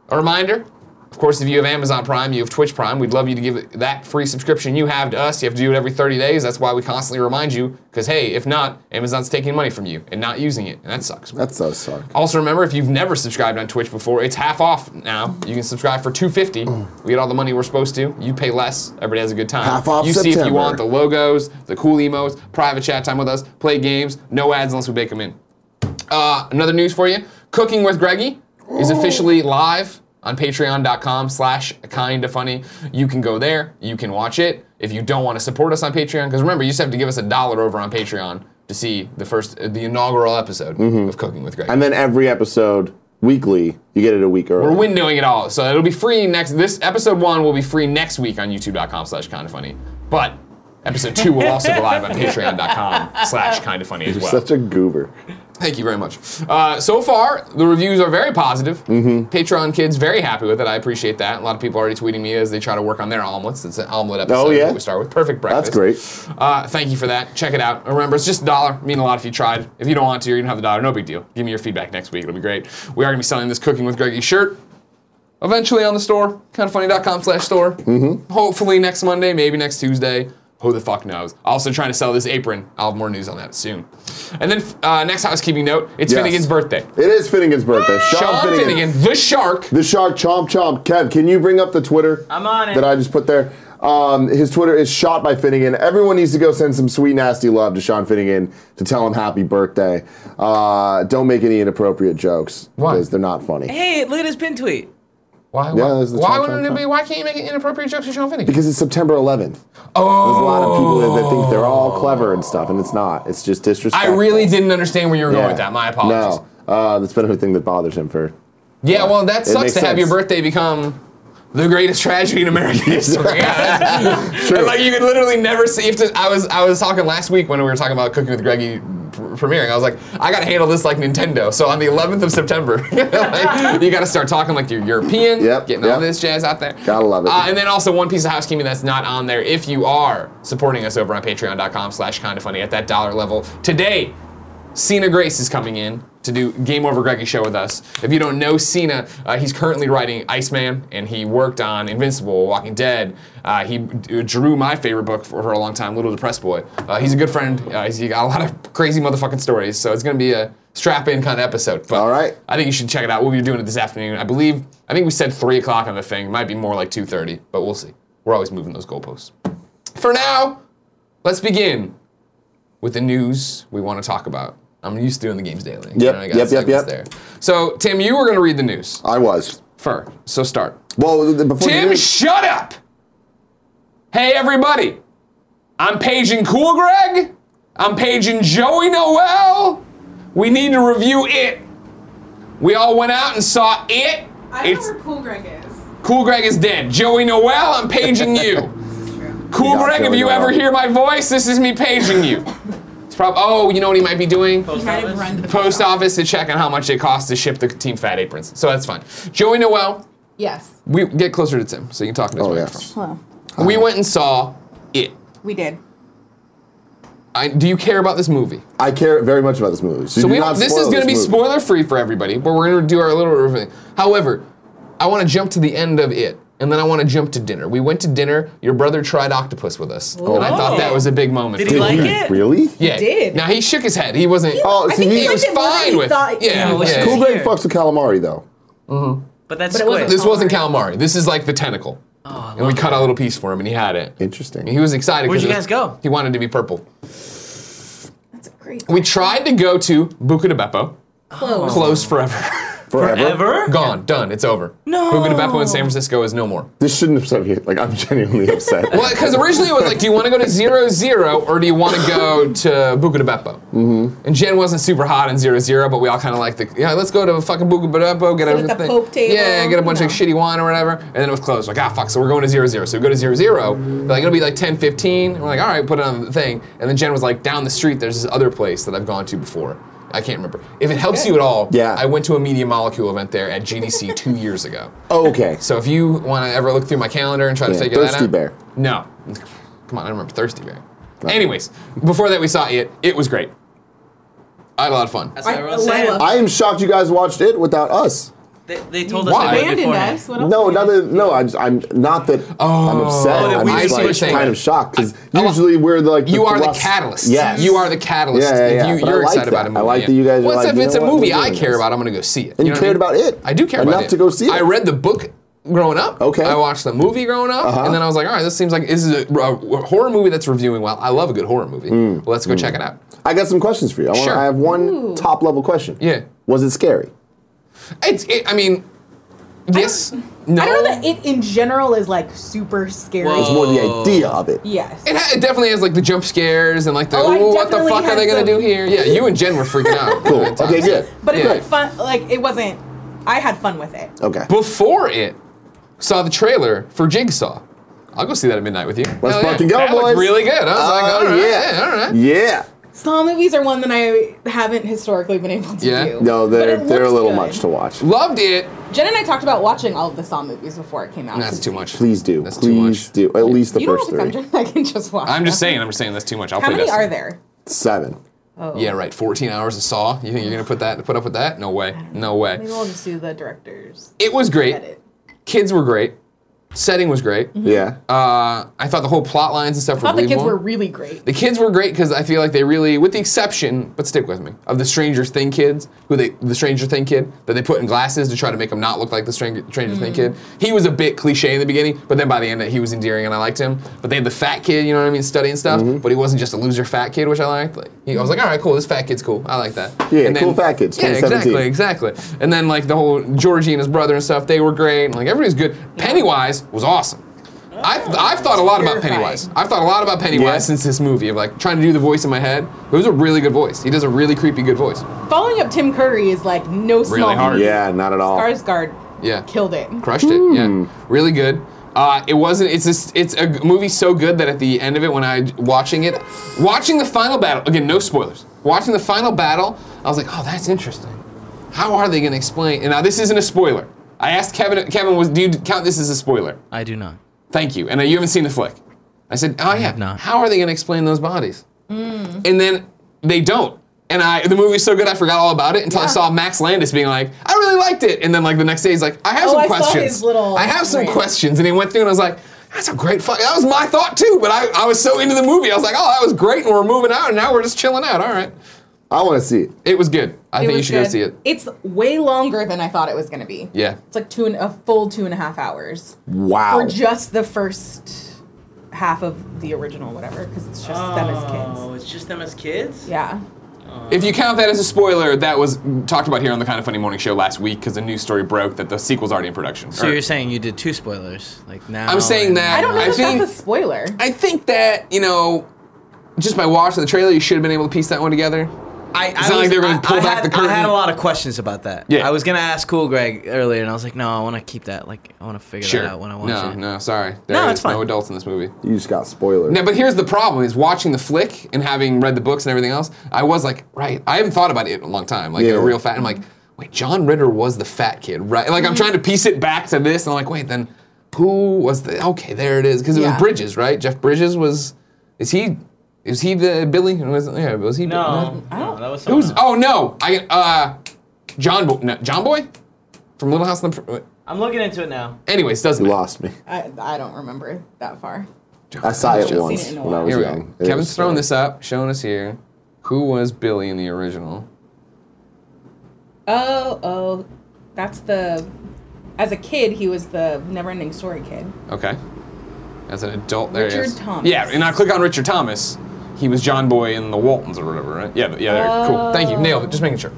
[SPEAKER 1] a reminder, of course, if you have Amazon Prime, you have Twitch Prime. We'd love you to give that free subscription you have to us. You have to do it every 30 days. That's why we constantly remind you, because hey, if not, Amazon's taking money from you and not using it, and that sucks.
[SPEAKER 2] That does suck.
[SPEAKER 1] Also, remember if you've never subscribed on Twitch before, it's half off now. You can subscribe for 250. We get all the money we're supposed to. You pay less. Everybody has a good time.
[SPEAKER 2] Mm. Half off
[SPEAKER 1] You see if you
[SPEAKER 2] September.
[SPEAKER 1] want the logos, the cool emotes, private chat time with us, play games, no ads unless we bake them in. Uh, another news for you: Cooking with Greggy is officially live on Patreon.com/slash Kind of Funny. You can go there. You can watch it if you don't want to support us on Patreon. Because remember, you just have to give us a dollar over on Patreon to see the first, the inaugural episode of Cooking with Greggy.
[SPEAKER 2] Mm-hmm. And then every episode, weekly, you get it a week early.
[SPEAKER 1] We're windowing it all, so it'll be free next. This episode one will be free next week on YouTube.com/slash Kind of Funny, but episode two will also be live on Patreon.com/slash Kind of Funny as well.
[SPEAKER 2] Such a goober.
[SPEAKER 1] Thank you very much. Uh, so far, the reviews are very positive.
[SPEAKER 2] Mm-hmm.
[SPEAKER 1] Patreon kids very happy with it. I appreciate that. A lot of people already tweeting me as they try to work on their omelets. It's an omelet episode.
[SPEAKER 2] Oh, yeah?
[SPEAKER 1] that We start with perfect breakfast.
[SPEAKER 2] That's great.
[SPEAKER 1] Uh, thank you for that. Check it out. Remember, it's just a dollar. Mean a lot if you tried. If you don't want to, you don't have the dollar. No big deal. Give me your feedback next week. It'll be great. We are gonna be selling this cooking with Greggy shirt. Eventually on the store, kindoffunny.com slash store. Mm-hmm. Hopefully next Monday, maybe next Tuesday. Who the fuck knows? Also trying to sell this apron. I'll have more news on that soon. And then uh, next housekeeping note, it's
[SPEAKER 2] Yes.
[SPEAKER 1] Finnegan's birthday.
[SPEAKER 2] It is Finnegan's birthday. Sean,
[SPEAKER 1] Sean
[SPEAKER 2] Finnegan.
[SPEAKER 1] Finnegan, the shark.
[SPEAKER 2] The shark chomp chomp. Kev, can you bring up the Twitter?
[SPEAKER 3] I'm on it.
[SPEAKER 2] That I just put there. Um, his Twitter is shot by Finnegan. Everyone needs to go send some sweet nasty love to Sean Finnegan to tell him happy birthday. Uh, don't make any inappropriate jokes
[SPEAKER 1] Why?
[SPEAKER 2] because they're not funny.
[SPEAKER 3] Hey, look at his pin tweet.
[SPEAKER 1] Why,
[SPEAKER 2] Yeah,
[SPEAKER 1] why,
[SPEAKER 2] that's the
[SPEAKER 1] why
[SPEAKER 2] Sean
[SPEAKER 1] wouldn't it
[SPEAKER 2] Finnegan.
[SPEAKER 1] be, why can't you make inappropriate jokes to Sean Finnegan?
[SPEAKER 2] Because it's September 11th.
[SPEAKER 1] oh,
[SPEAKER 2] There's a lot of people that, that think they're all clever and stuff, and it's not. It's just
[SPEAKER 1] I
[SPEAKER 2] disrespectful.
[SPEAKER 1] really didn't understand where you were going with that. My apologies.
[SPEAKER 2] No, uh, that's been her thing that bothers him for.
[SPEAKER 1] Yeah, well, that
[SPEAKER 2] It
[SPEAKER 1] sucks
[SPEAKER 2] makes
[SPEAKER 1] to have your
[SPEAKER 2] sense.
[SPEAKER 1] birthday become the greatest tragedy in American history. And, like you could literally never see. If the, I was I was talking last week when we were talking about Cooking with Greggy pr- premiering, I was like, I gotta handle this like Nintendo. So on the 11th of September, like, you gotta start talking like you're European,
[SPEAKER 2] Yep,
[SPEAKER 1] getting all
[SPEAKER 2] yep.
[SPEAKER 1] this jazz out there.
[SPEAKER 2] Gotta love it.
[SPEAKER 1] Uh, and then also one piece of housekeeping that's not on there. If you are supporting us over on patreon.com slash kinda funny at that dollar level today, Cena Grace is coming in to do Game Over Greggy show with us. If you don't know Cena, uh, he's currently writing Iceman, and he worked on Invincible, Walking Dead. Uh, he d- drew my favorite book for, for a long time, Little Depressed Boy. Uh, he's a good friend. Uh, he's he got a lot of crazy motherfucking stories, so it's gonna be a strap-in kind of episode. But
[SPEAKER 2] All right.
[SPEAKER 1] I think you should check it out. We'll be doing it this afternoon. I believe. I think we said three o'clock on the thing. It might be more like two thirty, but we'll see. We're always moving those goalposts. For now, let's begin with the news we want to talk about. I'm used to doing the games daily.
[SPEAKER 2] Yep,
[SPEAKER 1] I
[SPEAKER 2] yep, yep,
[SPEAKER 1] segments
[SPEAKER 2] yep.
[SPEAKER 1] So, Tim, you were going to read the news.
[SPEAKER 2] I was.
[SPEAKER 1] Fur. So start.
[SPEAKER 2] Well, th- th- before
[SPEAKER 1] Tim,
[SPEAKER 2] you
[SPEAKER 1] shut up! Hey, everybody. I'm paging Cool Greg. I'm paging Joey Noel. We need to review it. We all went out and saw it.
[SPEAKER 4] I know
[SPEAKER 1] It's
[SPEAKER 4] where Cool Greg is.
[SPEAKER 1] Cool Greg is dead. Joey Noel, I'm paging you.
[SPEAKER 4] It's true.
[SPEAKER 1] Cool
[SPEAKER 2] We got
[SPEAKER 1] Greg, if
[SPEAKER 2] Joey
[SPEAKER 1] you
[SPEAKER 2] Noel.
[SPEAKER 1] ever hear my voice, this is me paging you. It's prob- oh, you know what he might be doing?
[SPEAKER 4] He might have run to the
[SPEAKER 1] Post office to check on how much it costs to ship the team fat aprons. So that's fine. Joey Noel,
[SPEAKER 4] Yes.
[SPEAKER 1] we get closer to Tim so you can talk to this
[SPEAKER 2] Oh,
[SPEAKER 1] microphone.
[SPEAKER 2] yes.
[SPEAKER 4] Hello.
[SPEAKER 1] We went and saw it.
[SPEAKER 4] We did.
[SPEAKER 1] I, do you care about this movie?
[SPEAKER 2] I care very much about this movie. So,
[SPEAKER 1] So
[SPEAKER 2] do
[SPEAKER 1] we
[SPEAKER 2] not
[SPEAKER 1] this is
[SPEAKER 2] going to
[SPEAKER 1] be
[SPEAKER 2] spoiled.
[SPEAKER 1] spoiler free for everybody, but we're going to do our little review. However, I want to jump to the end of it, and then I want to jump to dinner. We went to dinner. Your brother tried octopus with us, and I thought that was a big moment.
[SPEAKER 3] Oh. Did
[SPEAKER 1] for
[SPEAKER 3] he
[SPEAKER 1] me.
[SPEAKER 3] like it?
[SPEAKER 2] Really?
[SPEAKER 1] Yeah.
[SPEAKER 5] did.
[SPEAKER 1] Now he shook his head. He wasn't.
[SPEAKER 2] Oh,
[SPEAKER 5] I
[SPEAKER 2] see,
[SPEAKER 5] think
[SPEAKER 2] he-
[SPEAKER 5] he
[SPEAKER 1] he was
[SPEAKER 5] liked it more than
[SPEAKER 1] fine
[SPEAKER 5] he
[SPEAKER 1] with.
[SPEAKER 5] thought-
[SPEAKER 1] yeah.
[SPEAKER 3] Yeah, it was
[SPEAKER 1] yeah.
[SPEAKER 2] Cool
[SPEAKER 3] Sure.
[SPEAKER 2] Greg fucks with calamari though.
[SPEAKER 3] But that's
[SPEAKER 5] But it
[SPEAKER 3] squid.
[SPEAKER 5] wasn't
[SPEAKER 1] This wasn't calamari. This is like the tentacle.
[SPEAKER 3] Oh,
[SPEAKER 1] and we cut a little piece for him, and he had it.
[SPEAKER 2] Interesting.
[SPEAKER 1] He was excited.
[SPEAKER 3] Where'd
[SPEAKER 1] 'cause
[SPEAKER 3] you
[SPEAKER 1] it was-
[SPEAKER 3] guys go?
[SPEAKER 1] He wanted to be purple.
[SPEAKER 5] That's a great.
[SPEAKER 1] We tried to go to Buca di Beppo.
[SPEAKER 5] Close.
[SPEAKER 1] Closed forever.
[SPEAKER 2] Forever.
[SPEAKER 3] Ever?
[SPEAKER 1] Gone. Done. It's over.
[SPEAKER 3] No.
[SPEAKER 1] Buca di Beppo in San Francisco is no more.
[SPEAKER 2] This shouldn't upset me. Like I'm genuinely upset.
[SPEAKER 1] Well, because originally it was like, do you want to go to Zero Zero or do you want to go to Buca di Beppo? Mm-hmm. And Jen wasn't super hot in Zero Zero, but we all kind of like the yeah, let's go to fucking Buca di Beppo, get
[SPEAKER 5] Sit
[SPEAKER 1] a
[SPEAKER 5] at the
[SPEAKER 1] thing-
[SPEAKER 5] Pope table,
[SPEAKER 1] yeah, get a bunch of
[SPEAKER 5] you
[SPEAKER 1] shitty wine or whatever. And then it was closed. Like ah fuck, so we're going to Zero Zero. So we go to Zero Zero. They're like it'll be like 10, 15. And we're like all right, put it on the thing. And then Jen was like, down the street there's this other place that I've gone to before. I can't remember. If it helps you at all,
[SPEAKER 2] Yeah.
[SPEAKER 1] I went to a Media Molecule event there at GDC two years ago.
[SPEAKER 2] Oh, okay.
[SPEAKER 1] So if you want to ever look through my calendar and try to
[SPEAKER 2] Yeah,
[SPEAKER 1] figure that
[SPEAKER 2] Thirsty
[SPEAKER 1] out,
[SPEAKER 2] Bear.
[SPEAKER 1] No, come on, I remember Thirsty Bear. Anyways, before that we saw it. It was great. I had a lot of fun.
[SPEAKER 3] That's what
[SPEAKER 5] I-
[SPEAKER 3] everyone's saying.
[SPEAKER 5] Layla.
[SPEAKER 2] I am shocked you guys watched it without us.
[SPEAKER 3] They, they told
[SPEAKER 1] Why?
[SPEAKER 3] us they would
[SPEAKER 4] Abandoned
[SPEAKER 3] beforehand.
[SPEAKER 4] us. What else
[SPEAKER 2] No,
[SPEAKER 4] did
[SPEAKER 2] not
[SPEAKER 4] we do?
[SPEAKER 2] that, no. I just, I'm not that. I'm upset.
[SPEAKER 1] Oh,
[SPEAKER 2] I'm
[SPEAKER 1] I see
[SPEAKER 2] just
[SPEAKER 1] what you're
[SPEAKER 2] like
[SPEAKER 1] saying.
[SPEAKER 2] kind of shocked because
[SPEAKER 1] I- I-
[SPEAKER 2] usually we're the, like the
[SPEAKER 1] You are the
[SPEAKER 2] thrust-
[SPEAKER 1] catalyst.
[SPEAKER 2] Yes.
[SPEAKER 1] You are the catalyst.
[SPEAKER 2] Yeah, yeah,
[SPEAKER 1] If
[SPEAKER 2] yeah,
[SPEAKER 1] You,
[SPEAKER 2] but I
[SPEAKER 1] you're
[SPEAKER 2] like
[SPEAKER 1] excited
[SPEAKER 2] that.
[SPEAKER 1] about a movie.
[SPEAKER 2] I like
[SPEAKER 1] yeah.
[SPEAKER 2] that you guys are
[SPEAKER 1] What's
[SPEAKER 2] like,
[SPEAKER 1] if
[SPEAKER 2] you
[SPEAKER 1] it's
[SPEAKER 2] know
[SPEAKER 1] a
[SPEAKER 2] what, we're
[SPEAKER 1] movie I
[SPEAKER 2] doing
[SPEAKER 1] care
[SPEAKER 2] this.
[SPEAKER 1] about, I'm gonna go see it.
[SPEAKER 2] And you
[SPEAKER 1] know what
[SPEAKER 2] cared
[SPEAKER 1] I mean?
[SPEAKER 2] about it.
[SPEAKER 1] I do care about
[SPEAKER 2] Enough
[SPEAKER 1] it.
[SPEAKER 2] to go see it.
[SPEAKER 1] I read the book growing up.
[SPEAKER 2] Okay. Uh-huh.
[SPEAKER 1] I watched the movie growing up, and then I was like, all right, this seems like this is a, a horror movie that's reviewing well. I love a good horror movie.
[SPEAKER 2] Mm.
[SPEAKER 1] Well, let's go check it out.
[SPEAKER 2] I got some questions for you. I, wanna,
[SPEAKER 1] Sure.
[SPEAKER 2] I have one top level question.
[SPEAKER 1] Yeah.
[SPEAKER 2] Was it scary?
[SPEAKER 1] It's. It, I mean, yes. no.
[SPEAKER 4] I don't know that it in general is like super scary.
[SPEAKER 2] It's
[SPEAKER 3] Whoa.
[SPEAKER 2] more the
[SPEAKER 3] Oh.
[SPEAKER 2] idea of it.
[SPEAKER 4] Yes.
[SPEAKER 1] It, ha- it definitely has like the jump scares and like the
[SPEAKER 4] Oh, I
[SPEAKER 1] "Ooh, what the
[SPEAKER 4] definitely
[SPEAKER 1] fuck are
[SPEAKER 4] had
[SPEAKER 1] they gonna do
[SPEAKER 4] some-
[SPEAKER 1] here? Yeah, you and Jen were freaking out.
[SPEAKER 2] Cool.
[SPEAKER 1] at times.
[SPEAKER 2] Okay, good.
[SPEAKER 4] but it
[SPEAKER 1] Yeah.
[SPEAKER 4] was fun. Like it wasn't. I had fun with it.
[SPEAKER 2] Okay.
[SPEAKER 1] Before it, saw the trailer for Jigsaw. I'll go see that at midnight with you.
[SPEAKER 2] Let's
[SPEAKER 1] Hell yeah.
[SPEAKER 2] fucking go,
[SPEAKER 1] that looked
[SPEAKER 2] boys.
[SPEAKER 1] really good. I was like,
[SPEAKER 2] Oh,
[SPEAKER 1] all right,
[SPEAKER 2] yeah.
[SPEAKER 1] yeah. all right.
[SPEAKER 2] Yeah.
[SPEAKER 4] Saw movies are one that I haven't historically been able to
[SPEAKER 1] Yeah.
[SPEAKER 4] do.
[SPEAKER 2] No,
[SPEAKER 4] but
[SPEAKER 2] they're
[SPEAKER 4] it
[SPEAKER 2] they're a
[SPEAKER 4] looks
[SPEAKER 2] little
[SPEAKER 4] good.
[SPEAKER 2] much to watch.
[SPEAKER 1] Loved it.
[SPEAKER 4] Jen and I talked about watching all of the Saw movies before it came out.
[SPEAKER 1] That's too much.
[SPEAKER 2] Please do.
[SPEAKER 1] That's too
[SPEAKER 2] Please
[SPEAKER 1] much.
[SPEAKER 2] do. At least the
[SPEAKER 4] You don't have
[SPEAKER 2] first
[SPEAKER 4] to come,
[SPEAKER 2] three.
[SPEAKER 4] Jen. I can just watch.
[SPEAKER 1] I'm just
[SPEAKER 4] them.
[SPEAKER 1] saying. I'm just saying that's too much. I'll
[SPEAKER 4] How
[SPEAKER 1] play
[SPEAKER 4] many
[SPEAKER 1] Destiny.
[SPEAKER 4] are there?
[SPEAKER 2] Seven.
[SPEAKER 4] Oh.
[SPEAKER 1] Yeah, right. 14 hours of Saw. You think you're gonna put that put up with that? No way. No way.
[SPEAKER 4] Maybe we'll just do the directors.
[SPEAKER 1] It was great.
[SPEAKER 4] Edit.
[SPEAKER 1] Kids were great. Setting was great.
[SPEAKER 2] Yeah.
[SPEAKER 1] Uh, I thought the whole plot lines and stuff
[SPEAKER 4] I
[SPEAKER 1] were
[SPEAKER 4] thought the kids
[SPEAKER 1] believable.
[SPEAKER 4] were really great.
[SPEAKER 1] The kids were great because I feel like they really, with the exception, but stick with me, of the Stranger Thing kids, who they, the Stranger Thing kid that they put in glasses to try to make him not look like the Stranger, Stranger Thing
[SPEAKER 2] Mm.
[SPEAKER 1] kid. He was a bit cliche in the beginning, but then by the end he was endearing and I liked him. But they had the fat kid, you know what I mean, studying stuff,
[SPEAKER 2] Mm-hmm.
[SPEAKER 1] but he wasn't just a loser fat kid, which I liked. Like, he, I was like, all right, cool, this fat kid's cool. I like that.
[SPEAKER 2] Yeah, cool fat kids,
[SPEAKER 1] Yeah,
[SPEAKER 2] 2017.
[SPEAKER 1] exactly, exactly. And then like the whole Georgie and his brother and stuff, they were great. And, like everybody's good. Pennywise was awesome. I've, I've thought a lot about
[SPEAKER 4] Terrifying.
[SPEAKER 1] Pennywise. I've thought a lot about Pennywise
[SPEAKER 2] Yeah.
[SPEAKER 1] since this movie of like trying to do the voice in my head. It was a really good voice. He does a really creepy good voice.
[SPEAKER 4] Following up Tim Curry is like no small
[SPEAKER 1] Really hard.
[SPEAKER 4] feat.
[SPEAKER 2] Yeah, not at all.
[SPEAKER 4] Skarsgård
[SPEAKER 1] Yeah.
[SPEAKER 4] Killed it.
[SPEAKER 1] crushed it. Yeah, really good. Uh, it wasn't. It's a, s- it's a g- movie so good that at the end of it, when I watching it, watching the final battle again, no spoilers. Watching the final battle, I was like, oh, that's interesting. How are they going to explain? And now this isn't a spoiler. I asked Kevin. Kevin, was do you count this as a spoiler?
[SPEAKER 3] I do not.
[SPEAKER 1] Thank you. And uh, you haven't seen the flick. I said, oh yeah.
[SPEAKER 3] have not.
[SPEAKER 1] How are they going to explain those bodies?
[SPEAKER 4] Mm.
[SPEAKER 1] And then they don't. And I, the movie's so good, I forgot all about it until I
[SPEAKER 4] Yeah.
[SPEAKER 1] saw Max Landis being like, "I really liked it," and then like the next day he's like, "I have
[SPEAKER 4] Oh,
[SPEAKER 1] some
[SPEAKER 4] I saw his
[SPEAKER 1] questions."
[SPEAKER 4] little-
[SPEAKER 1] I have some
[SPEAKER 4] right.
[SPEAKER 1] questions, and he went through, and I was like, "That's a great fuck." That was my thought too, but I, I was so into the movie, I was like, "Oh, that was great," and we're moving out, and now we're just chilling out. All right,
[SPEAKER 2] I want to see it.
[SPEAKER 1] it was good. I
[SPEAKER 4] It
[SPEAKER 1] think you
[SPEAKER 4] was
[SPEAKER 1] should go
[SPEAKER 4] good.
[SPEAKER 1] see it.
[SPEAKER 4] It's way longer than I thought it was gonna be.
[SPEAKER 1] Yeah,
[SPEAKER 4] It's like two and a full two and a half hours
[SPEAKER 2] Wow.
[SPEAKER 4] for just the first half of the original, whatever, because it's just them as
[SPEAKER 6] Oh,
[SPEAKER 4] kids.
[SPEAKER 6] it's just them as kids?
[SPEAKER 4] Yeah.
[SPEAKER 1] If you count that as a spoiler, that was talked about here on the Kind of Funny Morning Show last week because a news story broke that the sequel's already in production.
[SPEAKER 3] So
[SPEAKER 1] Or-
[SPEAKER 3] you're saying you did two spoilers, like now.
[SPEAKER 1] I'm saying
[SPEAKER 3] and-
[SPEAKER 1] that
[SPEAKER 4] I don't know
[SPEAKER 1] I
[SPEAKER 4] if
[SPEAKER 1] think-
[SPEAKER 4] that's a spoiler.
[SPEAKER 1] I think that you know, just by watching the trailer, you should have been able to piece that one together.
[SPEAKER 3] I, I
[SPEAKER 1] It's not like they were gonna pull
[SPEAKER 3] I
[SPEAKER 1] back
[SPEAKER 3] had,
[SPEAKER 1] the curtain.
[SPEAKER 3] I had a lot of questions about that.
[SPEAKER 1] Yeah.
[SPEAKER 3] I was gonna ask Cool Greg earlier, and I was like, no, I want to keep that. Like, I want to figure that out when I watch
[SPEAKER 1] no,
[SPEAKER 3] it.
[SPEAKER 1] no, sorry. There
[SPEAKER 3] No,
[SPEAKER 1] is
[SPEAKER 3] it's fine.
[SPEAKER 1] No adults in this movie.
[SPEAKER 2] You just got spoilers.
[SPEAKER 1] No, but here's the problem: is watching the flick and having read the books and everything else. I was like, right. I haven't thought about it in a long time. Like
[SPEAKER 2] Yeah.
[SPEAKER 1] a real fat. I'm like, wait, John Ritter was the fat kid, right? Like
[SPEAKER 3] Mm-hmm.
[SPEAKER 1] I'm trying to piece it back to this, and I'm like, wait, then who was the? Okay, there it is. Because it
[SPEAKER 4] Yeah.
[SPEAKER 1] was Bridges, right? Jeff Bridges was. Is he? Is he the Billy? Was, yeah, was he?
[SPEAKER 6] No. No, that was someone
[SPEAKER 1] Who's?
[SPEAKER 6] else.
[SPEAKER 1] Oh no! I uh, John Bo- no, John Boy from Little House on the. Pr-
[SPEAKER 6] I'm looking into it now.
[SPEAKER 1] Anyways, doesn't
[SPEAKER 2] You
[SPEAKER 1] matter.
[SPEAKER 2] lost me.
[SPEAKER 4] I, I don't remember that far.
[SPEAKER 2] I saw it once
[SPEAKER 4] seen it in a
[SPEAKER 2] when I was
[SPEAKER 1] Here we
[SPEAKER 2] young.
[SPEAKER 1] go.
[SPEAKER 2] It
[SPEAKER 1] Kevin's
[SPEAKER 2] was-
[SPEAKER 1] throwing this up, showing us here. Who was Billy in the original?
[SPEAKER 4] Oh, oh, that's the. As a kid, he was the never-ending story kid.
[SPEAKER 1] Okay. As an adult, there he
[SPEAKER 4] Richard
[SPEAKER 1] is.
[SPEAKER 4] Thomas.
[SPEAKER 1] Yeah, and I click on Richard Thomas. He was John Boy in the Waltons or whatever, right? Yeah, but- yeah. There. Cool. Thank you. Nailed it. Just making sure.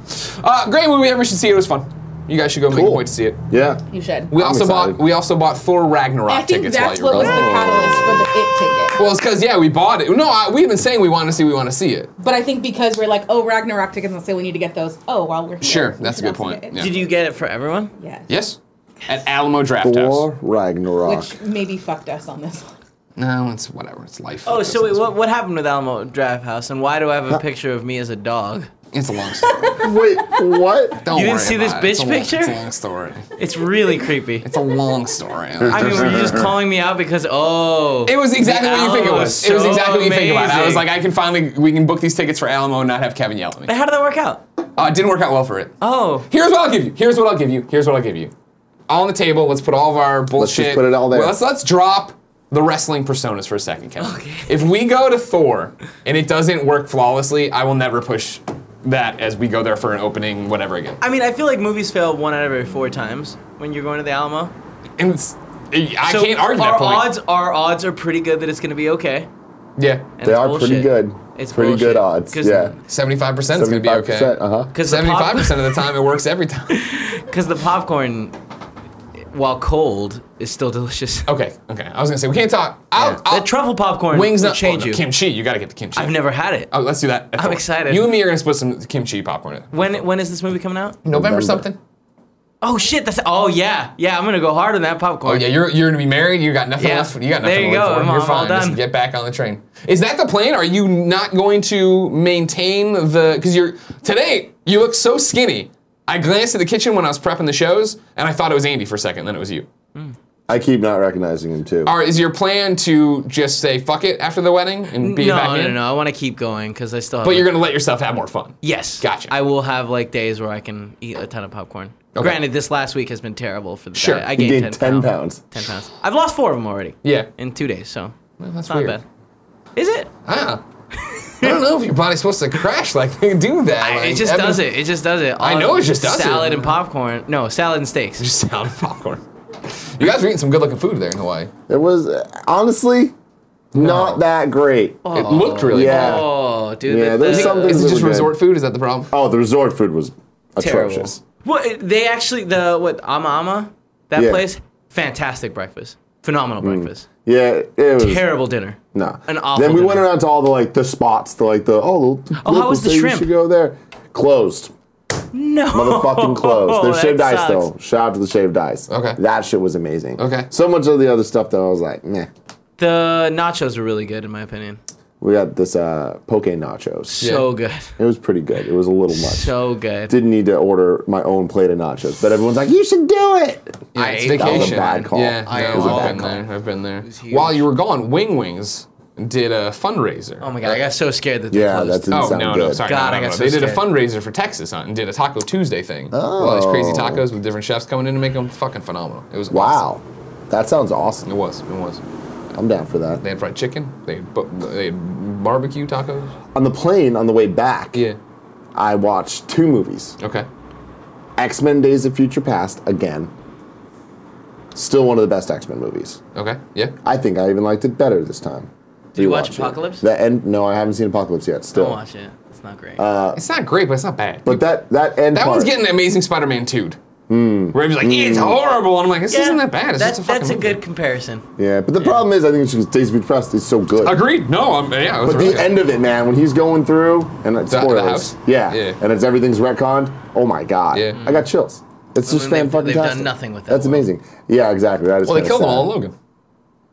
[SPEAKER 1] Uh, great movie. Everyone should see it. It was fun. You guys should go make a
[SPEAKER 2] Cool.
[SPEAKER 1] point to see it.
[SPEAKER 2] Yeah.
[SPEAKER 4] You should.
[SPEAKER 1] We
[SPEAKER 2] I'm
[SPEAKER 1] also
[SPEAKER 2] excited.
[SPEAKER 1] bought we also bought Thor Ragnarok
[SPEAKER 4] I think
[SPEAKER 1] tickets while
[SPEAKER 4] that's
[SPEAKER 1] you were
[SPEAKER 4] what was the
[SPEAKER 1] gone.
[SPEAKER 4] catalyst for the it ticket.
[SPEAKER 1] Well, it's because yeah, we bought it. No, I, we've been saying we want to see, we want to see it.
[SPEAKER 4] But I think because we're like, oh, Ragnarok tickets, let's say we need to get those. Oh, while we're here,
[SPEAKER 1] Sure,
[SPEAKER 4] we
[SPEAKER 1] that's a
[SPEAKER 4] should
[SPEAKER 1] good
[SPEAKER 4] also
[SPEAKER 1] point.
[SPEAKER 4] get it.
[SPEAKER 1] Yeah.
[SPEAKER 3] Did you get it for everyone?
[SPEAKER 4] Yes.
[SPEAKER 1] Yes, at Alamo Draft House.
[SPEAKER 2] Thor Ragnarok.
[SPEAKER 4] Which maybe fucked us on this one.
[SPEAKER 1] No, it's whatever. It's life.
[SPEAKER 3] Oh,
[SPEAKER 1] It's-
[SPEAKER 3] so wait, what what happened with Alamo Draft House, and why do I have a picture of me as a dog?
[SPEAKER 1] It's a long story.
[SPEAKER 2] Wait, what?
[SPEAKER 1] Don't
[SPEAKER 3] You didn't
[SPEAKER 1] worry
[SPEAKER 3] see this
[SPEAKER 1] about it. It's
[SPEAKER 3] bitch
[SPEAKER 1] a long-
[SPEAKER 3] picture?
[SPEAKER 1] It's a long story.
[SPEAKER 3] It's really creepy.
[SPEAKER 1] It's a long story.
[SPEAKER 3] I mean, were you just calling me out because oh?
[SPEAKER 1] It was exactly what you think it
[SPEAKER 3] Alamo
[SPEAKER 1] was.
[SPEAKER 3] is
[SPEAKER 1] it was
[SPEAKER 3] so
[SPEAKER 1] exactly what you think about. it. I was
[SPEAKER 3] amazing.
[SPEAKER 1] like, I can finally, we can book these tickets for Alamo and not have Kevin yell at me.
[SPEAKER 3] But how did that work out?
[SPEAKER 1] Uh, it didn't work out well for it.
[SPEAKER 3] Oh,
[SPEAKER 1] Here's what I'll give you. Here's what I'll give you. Here's what I'll give you. All on the table. Let's put all of our bullshit.
[SPEAKER 2] put it all there.
[SPEAKER 1] Well, let's let's drop the wrestling personas for a second, Kevin. Okay. If we go to Thor and it doesn't work flawlessly, I will never push that as we go there for an opening, whatever again.
[SPEAKER 3] I mean, I feel like movies fail one out of every four times when you're going to the Alamo.
[SPEAKER 1] And it's, I
[SPEAKER 3] So
[SPEAKER 1] can't argue
[SPEAKER 3] our
[SPEAKER 1] that point.
[SPEAKER 3] odds, our odds are pretty good that it's going to be okay.
[SPEAKER 1] yeah,
[SPEAKER 3] And
[SPEAKER 2] They
[SPEAKER 3] it's
[SPEAKER 2] are pretty
[SPEAKER 3] bullshit.
[SPEAKER 2] good.
[SPEAKER 3] It's
[SPEAKER 2] pretty good
[SPEAKER 3] bullshit.
[SPEAKER 2] odds.
[SPEAKER 3] 'Cause-
[SPEAKER 2] Yeah.
[SPEAKER 1] seventy-five percent is going to be
[SPEAKER 2] 75%.
[SPEAKER 1] okay.
[SPEAKER 2] Uh huh.
[SPEAKER 3] Because the,
[SPEAKER 1] Seventy-five
[SPEAKER 3] pop-
[SPEAKER 1] percent of the time, it works every time.
[SPEAKER 3] 'cause the popcorn, while cold, is still delicious.
[SPEAKER 1] Okay, okay. I was gonna say we can't talk. I'll,
[SPEAKER 3] The
[SPEAKER 1] I'll,
[SPEAKER 3] truffle popcorn
[SPEAKER 1] oh, wings
[SPEAKER 3] will
[SPEAKER 1] not
[SPEAKER 3] change
[SPEAKER 1] oh, no,
[SPEAKER 3] you.
[SPEAKER 1] Kimchi, you gotta get the kimchi.
[SPEAKER 3] I've never had it.
[SPEAKER 1] Oh, let's do that. at
[SPEAKER 3] I'm
[SPEAKER 1] four.
[SPEAKER 3] excited.
[SPEAKER 1] You and me are gonna split some kimchi popcorn. In.
[SPEAKER 3] When when is this movie coming out?
[SPEAKER 1] November,
[SPEAKER 2] November.
[SPEAKER 1] something.
[SPEAKER 3] Oh shit! That's oh yeah yeah. I'm gonna go hard on that
[SPEAKER 1] Oh
[SPEAKER 3] popcorn.
[SPEAKER 1] yeah, you're you're gonna be married. You got nothing
[SPEAKER 3] Yeah,
[SPEAKER 1] left. You got
[SPEAKER 3] there
[SPEAKER 1] nothing
[SPEAKER 3] you
[SPEAKER 1] to
[SPEAKER 3] go,
[SPEAKER 1] live for.
[SPEAKER 3] I'm
[SPEAKER 1] You're
[SPEAKER 3] all- I'm all
[SPEAKER 1] fine. Just
[SPEAKER 3] done.
[SPEAKER 1] get back on the train. Is that the plan? Are you not going to maintain the? Because you're today. You look so skinny. I glanced at the kitchen when I was prepping the shows, and I thought it was Andy for a second. Then it was you.
[SPEAKER 2] I keep not recognizing him too.
[SPEAKER 1] Or is your plan to just say fuck it after the wedding and be
[SPEAKER 3] no,
[SPEAKER 1] back
[SPEAKER 3] no,
[SPEAKER 1] in?
[SPEAKER 3] no, I want to keep going because I still. Have
[SPEAKER 1] But you're gonna let yourself have more fun.
[SPEAKER 3] Yes.
[SPEAKER 1] Gotcha.
[SPEAKER 3] I will have like days where I can eat a ton of popcorn.
[SPEAKER 1] Okay.
[SPEAKER 3] Granted, this last week has been terrible for the
[SPEAKER 1] Sure.
[SPEAKER 3] diet. I
[SPEAKER 1] You
[SPEAKER 3] gained,
[SPEAKER 2] gained 10 pounds.
[SPEAKER 3] Ten pounds. I've lost four of them already.
[SPEAKER 1] Yeah.
[SPEAKER 3] In two days, so
[SPEAKER 1] that's
[SPEAKER 3] not
[SPEAKER 1] weird.
[SPEAKER 3] bad. Is it?
[SPEAKER 1] Ah. I don't know if your body's supposed to crash like they do that.
[SPEAKER 3] I-
[SPEAKER 1] like,
[SPEAKER 3] it just
[SPEAKER 1] Evan-
[SPEAKER 3] does it. It just does it.
[SPEAKER 1] I
[SPEAKER 3] All
[SPEAKER 1] know it just does it.
[SPEAKER 3] Salad and popcorn. No, salad and steaks.
[SPEAKER 1] Just sound of popcorn. You guys are eating some good looking food there in Hawaii.
[SPEAKER 2] It was uh, honestly not that great.
[SPEAKER 1] It looked really
[SPEAKER 2] Oh, Yeah.
[SPEAKER 1] good.
[SPEAKER 3] Oh, dude.
[SPEAKER 2] Yeah,
[SPEAKER 3] the-
[SPEAKER 2] there's
[SPEAKER 3] the-
[SPEAKER 2] something-
[SPEAKER 1] Is it
[SPEAKER 2] Those
[SPEAKER 1] just
[SPEAKER 2] were good.
[SPEAKER 1] resort food? Is that the problem?
[SPEAKER 2] Oh, the resort food was
[SPEAKER 3] terrible.
[SPEAKER 2] atrocious.
[SPEAKER 3] Well, it- they actually the what Ama Ama that
[SPEAKER 2] Yeah. Mm.
[SPEAKER 3] place. Fantastic breakfast. Phenomenal breakfast.
[SPEAKER 2] Yeah, it was
[SPEAKER 3] Terrible dinner.
[SPEAKER 2] No.
[SPEAKER 3] An awful
[SPEAKER 2] Then we
[SPEAKER 3] dinner.
[SPEAKER 2] went around to all the like the spots, the like the oh, the
[SPEAKER 3] Oh, how was the
[SPEAKER 2] say you
[SPEAKER 3] shrimp?
[SPEAKER 2] should go there. Closed.
[SPEAKER 3] No.
[SPEAKER 2] Motherfucking close. They're
[SPEAKER 3] Oh, That
[SPEAKER 2] shaved ice
[SPEAKER 3] sucks.
[SPEAKER 2] though. Shout out to the shaved ice.
[SPEAKER 1] Okay.
[SPEAKER 2] That shit was amazing.
[SPEAKER 1] Okay.
[SPEAKER 2] So much of the other stuff though, I was like, meh.
[SPEAKER 3] The nachos were really good, in my opinion.
[SPEAKER 2] We got this uh, poke nachos.
[SPEAKER 3] So good.
[SPEAKER 2] It was pretty good. It was a little much.
[SPEAKER 3] So good.
[SPEAKER 2] Didn't need to order my own plate of nachos, but everyone's like, you should do it.
[SPEAKER 1] Yeah,
[SPEAKER 3] I
[SPEAKER 1] it's
[SPEAKER 3] ate-
[SPEAKER 1] vacation.
[SPEAKER 3] That was a
[SPEAKER 2] bad call.
[SPEAKER 1] Yeah,
[SPEAKER 3] I
[SPEAKER 1] no,
[SPEAKER 3] was a
[SPEAKER 1] I've
[SPEAKER 3] bad
[SPEAKER 1] been
[SPEAKER 3] call.
[SPEAKER 1] there. I've been there.
[SPEAKER 3] huge.
[SPEAKER 1] While you were gone, Wing Wings did a fundraiser.
[SPEAKER 3] oh my god, I got so scared that they
[SPEAKER 2] Yeah,
[SPEAKER 3] closed.
[SPEAKER 2] that didn't
[SPEAKER 1] Oh
[SPEAKER 2] sound
[SPEAKER 1] no,
[SPEAKER 2] good.
[SPEAKER 1] no, sorry.
[SPEAKER 3] God,
[SPEAKER 1] no,
[SPEAKER 3] I
[SPEAKER 1] no,
[SPEAKER 3] got
[SPEAKER 1] no.
[SPEAKER 3] so
[SPEAKER 1] they did a
[SPEAKER 3] scared.
[SPEAKER 1] fundraiser for Texas Hunt and did a Taco Tuesday thing. All these crazy tacos with different chefs coming in to make them fucking phenomenal. It was awesome.
[SPEAKER 2] Oh. Wow. That sounds awesome.
[SPEAKER 1] It was. It was.
[SPEAKER 2] I'm down for that.
[SPEAKER 1] They had fried chicken. They had, bu- they had barbecue tacos.
[SPEAKER 2] On the plane on the way back,
[SPEAKER 1] Yeah.
[SPEAKER 2] I watched two movies.
[SPEAKER 1] Okay.
[SPEAKER 2] X Men Days of Future Past again. Still one of the best X Men movies.
[SPEAKER 1] Okay. Yeah.
[SPEAKER 2] I think I even liked it better this time.
[SPEAKER 3] Did you watch
[SPEAKER 2] Rewatch it.
[SPEAKER 3] Apocalypse?
[SPEAKER 2] That end, no, I haven't seen Apocalypse yet. Still,
[SPEAKER 3] Don't watch it. It's not great.
[SPEAKER 1] It's not great, but it's not bad.
[SPEAKER 2] Uh, but that that end
[SPEAKER 1] that
[SPEAKER 2] part, Hmm.
[SPEAKER 1] one's getting Amazing Spider-Man 2 Where he was like, yeah, it's horrible. And I'm like, this
[SPEAKER 3] Yeah,
[SPEAKER 1] isn't that bad. It's
[SPEAKER 3] that-
[SPEAKER 1] just a fucking
[SPEAKER 3] that's a
[SPEAKER 1] movie.
[SPEAKER 3] good comparison.
[SPEAKER 2] yeah. But the problem is, I think it's because Days of Future Past is so good.
[SPEAKER 1] Agreed. No, I'm, yeah. It was
[SPEAKER 2] But
[SPEAKER 1] really
[SPEAKER 2] the end of it, man, when he's going through and it's
[SPEAKER 1] The- the
[SPEAKER 2] spoilers,
[SPEAKER 1] house?
[SPEAKER 2] Yeah,
[SPEAKER 1] Yeah.
[SPEAKER 2] and it's everything's retconned. Oh my god,
[SPEAKER 1] Yeah.
[SPEAKER 2] I got chills. It's
[SPEAKER 3] I
[SPEAKER 2] just
[SPEAKER 3] mean,
[SPEAKER 2] fan
[SPEAKER 3] they've-
[SPEAKER 2] fucking
[SPEAKER 3] they've done nothing with that
[SPEAKER 2] That's
[SPEAKER 3] one.
[SPEAKER 2] amazing. Yeah, exactly. That is
[SPEAKER 1] Well, they
[SPEAKER 2] kinda
[SPEAKER 1] killed them all in
[SPEAKER 2] sad.
[SPEAKER 1] Logan.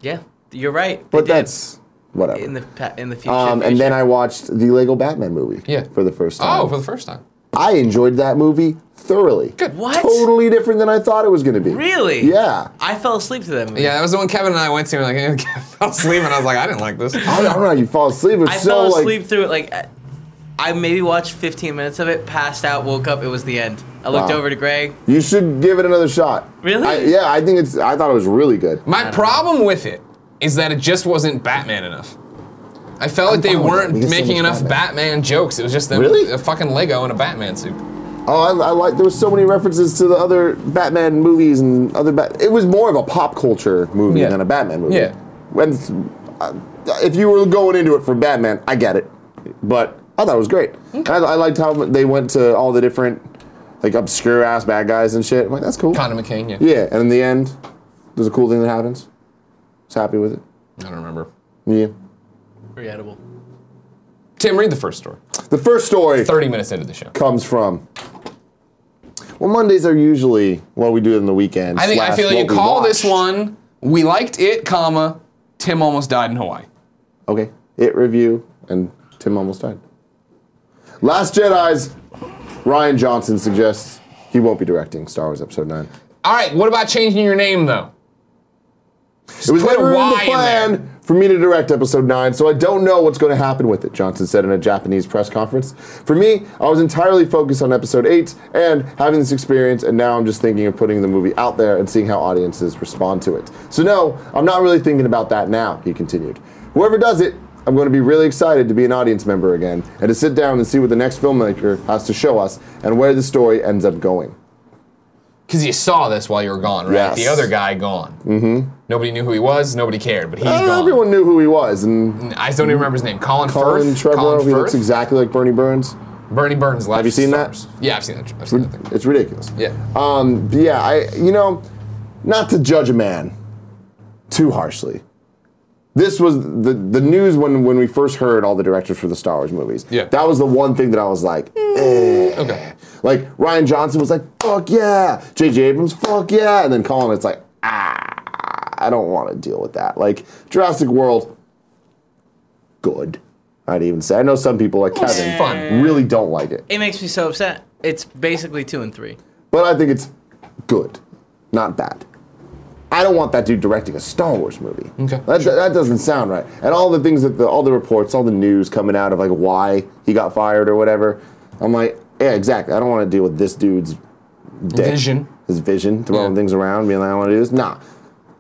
[SPEAKER 3] Yeah, you're right. They
[SPEAKER 2] But
[SPEAKER 3] did.
[SPEAKER 2] that's whatever.
[SPEAKER 3] in the pa- in the future.
[SPEAKER 2] um, and then I watched the Lego Batman movie.
[SPEAKER 1] Yeah.
[SPEAKER 2] for the first time.
[SPEAKER 1] Oh, for the first time.
[SPEAKER 2] I enjoyed that movie thoroughly.
[SPEAKER 1] Good.
[SPEAKER 3] What?
[SPEAKER 2] Totally different than I thought it was going to be.
[SPEAKER 3] really?
[SPEAKER 2] Yeah.
[SPEAKER 3] I fell asleep to that movie.
[SPEAKER 1] Yeah, that was the one Kevin and I went to. And we were like, I fell asleep, and I was like, I didn't like this.
[SPEAKER 2] I don't, I don't know how you fall asleep. It's
[SPEAKER 3] I
[SPEAKER 2] so
[SPEAKER 3] fell
[SPEAKER 2] like
[SPEAKER 3] asleep through it. Like, I- I maybe watched 15 minutes of it, passed out, woke up. It was the end. I looked
[SPEAKER 2] Wow.
[SPEAKER 3] over to Greg.
[SPEAKER 2] you should give it another shot.
[SPEAKER 3] Really?
[SPEAKER 2] I, yeah, I think it's. I thought it was really good.
[SPEAKER 1] My problem with it is that it just wasn't Batman enough. I felt like they
[SPEAKER 2] fine with that.
[SPEAKER 1] weren't
[SPEAKER 2] We get so
[SPEAKER 1] making
[SPEAKER 2] much
[SPEAKER 1] enough
[SPEAKER 2] Batman.
[SPEAKER 1] Batman. jokes. It was just them,
[SPEAKER 2] Really?
[SPEAKER 1] a fucking Lego in a Batman suit.
[SPEAKER 2] Oh, I, I like. There was so many references to the other Batman movies and other. Bat. It was more of a pop culture movie
[SPEAKER 1] Yeah.
[SPEAKER 2] than a Batman movie.
[SPEAKER 1] Yeah.
[SPEAKER 2] When, uh, if you were going into it for Batman, I get it, but I thought it was great. And I, I liked how they went to all the different, like obscure ass bad guys and shit. I'm like, that's cool.
[SPEAKER 1] Connor McCain, yeah.
[SPEAKER 2] Yeah, and in the end, there's a cool thing that happens. Just happy with it.
[SPEAKER 1] I don't remember.
[SPEAKER 2] Yeah.
[SPEAKER 3] Forgettable.
[SPEAKER 1] Tim, read the first story.
[SPEAKER 2] The first story
[SPEAKER 1] 30 minutes into the show.
[SPEAKER 2] comes from. Well, Mondays are usually what we do in the weekend.
[SPEAKER 1] I think I
[SPEAKER 2] slash
[SPEAKER 1] feel like you
[SPEAKER 2] what we
[SPEAKER 1] call this
[SPEAKER 2] watched.
[SPEAKER 1] one, we liked it, comma, Tim almost died in Hawaii.
[SPEAKER 2] Okay. It review and Tim almost died. Last Jedi's Ryan Johnson suggests he won't be directing Star Wars Episode 9.
[SPEAKER 1] All right, what about changing your name, though?
[SPEAKER 2] It was
[SPEAKER 1] put a
[SPEAKER 2] never in the
[SPEAKER 1] Y in
[SPEAKER 2] plan for me to direct episode 9, so I don't know what's going to happen with it, Johnson said in a Japanese press conference. For me, I was entirely focused on episode 8 and having this experience, and now I'm just thinking of putting the movie out there and seeing how audiences respond to it. So, no, I'm not really thinking about that now, he continued. Whoever does it, I'm going to be really excited to be an audience member again and to sit down and see what the next filmmaker has to show us and where the story ends up going.
[SPEAKER 1] Because you saw this while you were gone, right?
[SPEAKER 2] Yes.
[SPEAKER 1] The other guy gone. Mm-hmm. Nobody knew who he was. Nobody cared, but he's
[SPEAKER 2] I don't know,
[SPEAKER 1] gone.
[SPEAKER 2] everyone knew who he was, and
[SPEAKER 1] I just don't even remember his name. Colin,
[SPEAKER 2] Colin
[SPEAKER 1] Firth. Colin
[SPEAKER 2] Trevorrow, he looks
[SPEAKER 1] Firth.
[SPEAKER 2] exactly like Bernie Burns.
[SPEAKER 1] Bernie Burns. Left
[SPEAKER 2] Have you seen that?
[SPEAKER 1] stars. Yeah, I've seen that. I've seen that thing.
[SPEAKER 2] It's ridiculous.
[SPEAKER 1] Yeah.
[SPEAKER 2] Um, but yeah, I you know, not to judge a man too harshly. This was the the news when when we first heard all the directors for the Star Wars movies.
[SPEAKER 1] Yeah.
[SPEAKER 2] That was the one thing that I was like, eh.
[SPEAKER 1] Okay.
[SPEAKER 2] Like Ryan Johnson was like, fuck yeah. J.J. Abrams, fuck yeah. And then Colin, it's like, ah, I don't want to deal with that. Like Jurassic World, good. I'd even say. I know some people like
[SPEAKER 1] It's
[SPEAKER 2] Kevin
[SPEAKER 1] fun.
[SPEAKER 2] really don't like it.
[SPEAKER 3] It makes me so upset. It's basically two and three.
[SPEAKER 2] But I think it's good, not bad. I don't want that dude directing a Star Wars movie.
[SPEAKER 1] Okay,
[SPEAKER 2] That, that doesn't sound right. And all the things that the, all the reports, all the news coming out of like why he got fired or whatever, I'm like, yeah, exactly. I don't want to deal with this dude's dick.
[SPEAKER 1] Vision.
[SPEAKER 2] His vision, throwing
[SPEAKER 1] Yeah.
[SPEAKER 2] things around, being like, I want to do this. Nah.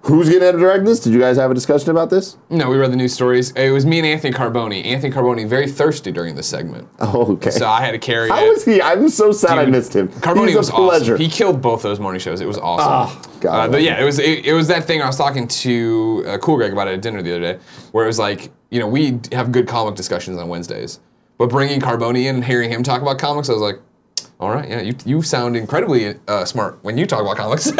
[SPEAKER 2] Who's going to direct this? Did you guys have a discussion about this?
[SPEAKER 1] No, we read the news stories. It was me and Anthony Carboni. Anthony Carboni very thirsty during this segment,
[SPEAKER 2] Oh, okay.
[SPEAKER 1] so I had to carry
[SPEAKER 2] How
[SPEAKER 1] it.
[SPEAKER 2] was he? I'm so sad I
[SPEAKER 1] Dude,
[SPEAKER 2] missed him.
[SPEAKER 1] Carboni
[SPEAKER 2] He's a
[SPEAKER 1] was
[SPEAKER 2] pleasure.
[SPEAKER 1] awesome. He killed both those morning shows. It was awesome.
[SPEAKER 2] Ah, God, I
[SPEAKER 1] Uh,
[SPEAKER 2] love
[SPEAKER 1] but yeah, it was it, it was that thing I was talking to uh, Cool Greg about at dinner the other day, where it was like, you know, we d- have good comic discussions on Wednesdays, but bringing Carboni in and hearing him talk about comics, I was like. All right, yeah, you, you sound incredibly uh, smart when you talk about comics.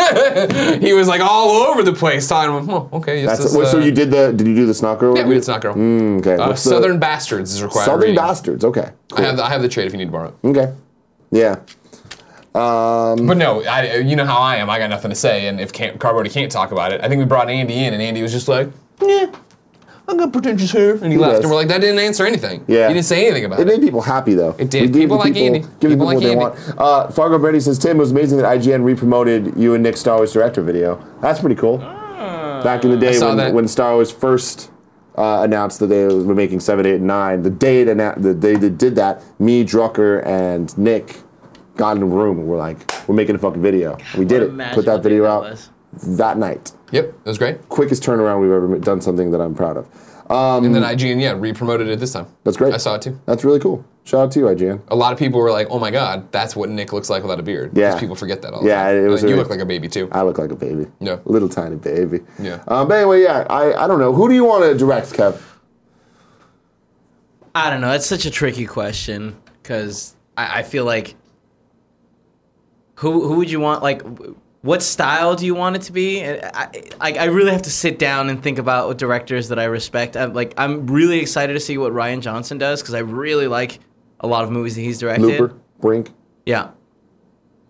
[SPEAKER 1] he was like all over the place talking. I'm like, Oh, okay, yes,
[SPEAKER 2] That's
[SPEAKER 1] this,
[SPEAKER 2] so
[SPEAKER 1] uh,
[SPEAKER 2] you did the did you do the snocker?
[SPEAKER 1] Yeah, we
[SPEAKER 2] review?
[SPEAKER 1] did Snot Girl.
[SPEAKER 2] Mm, Okay.
[SPEAKER 1] Uh,
[SPEAKER 2] what's the-
[SPEAKER 1] Southern Bastards is required.
[SPEAKER 2] Southern
[SPEAKER 1] reading.
[SPEAKER 2] Bastards. Okay.
[SPEAKER 1] I have, the, I have the trade if you need to borrow it.
[SPEAKER 2] Okay. Yeah. Um,
[SPEAKER 1] But no, I, you know how I am. I got nothing to say, and if can't, Carbotti can't talk about it, I think we brought Andy in, and Andy was just like, "Yeah, I got pretentious hair," and he left,
[SPEAKER 2] does.
[SPEAKER 1] and we're like, "That didn't answer anything.
[SPEAKER 2] Yeah.
[SPEAKER 1] he didn't say anything about
[SPEAKER 2] it
[SPEAKER 1] it."
[SPEAKER 2] made people happy though.
[SPEAKER 1] It did.
[SPEAKER 2] We gave
[SPEAKER 1] People
[SPEAKER 2] the
[SPEAKER 1] like Andy.
[SPEAKER 2] Give the
[SPEAKER 1] People
[SPEAKER 2] people
[SPEAKER 1] like
[SPEAKER 2] what they
[SPEAKER 1] Andy.
[SPEAKER 2] want. Uh, Fargo Brady says Tim it was amazing that IGN re-promoted you and Nick Star Wars director video. That's pretty cool. Back in the day
[SPEAKER 1] Ah. saw
[SPEAKER 2] when,
[SPEAKER 1] that.
[SPEAKER 2] when Star Wars first uh, announced that they were making seven, eight, and nine, the day it annou- the day they did that, me, Drucker, and Nick got in a room and we're like, we're making a fucking video. we did
[SPEAKER 6] what a
[SPEAKER 2] it. Put
[SPEAKER 6] magical
[SPEAKER 2] that video
[SPEAKER 6] thing that
[SPEAKER 2] out
[SPEAKER 6] was.
[SPEAKER 2] that night.
[SPEAKER 1] Yep, it was great.
[SPEAKER 2] Quickest turnaround we've ever done something that I'm proud of. Um,
[SPEAKER 1] And then IGN, yeah, re-promoted it this time.
[SPEAKER 2] that's great.
[SPEAKER 1] I saw it too.
[SPEAKER 2] That's really cool. Shout out to you, IGN.
[SPEAKER 1] A lot of people were like, "Oh my God, that's what Nick looks like without a beard."
[SPEAKER 2] Yeah.
[SPEAKER 1] 'Cause people forget that all. the
[SPEAKER 2] Yeah,
[SPEAKER 1] time.
[SPEAKER 2] it
[SPEAKER 1] Like,
[SPEAKER 2] was
[SPEAKER 1] you
[SPEAKER 2] really-
[SPEAKER 1] look like a baby too.
[SPEAKER 2] I look like a baby.
[SPEAKER 1] Yeah.
[SPEAKER 2] Little tiny baby.
[SPEAKER 1] Yeah.
[SPEAKER 2] Um, but anyway, yeah, I, I don't know. Who do you want to direct, Kev?
[SPEAKER 3] I don't know. That's such a tricky question because I, I feel like who who would you want? Like, w- what style do you want it to be? And I, I I really have to sit down and think about what directors that I respect. I'm like I'm really excited to see what Ryan Johnson does because I really like a lot of movies that he's directed.
[SPEAKER 2] Looper? Brink?
[SPEAKER 3] Yeah,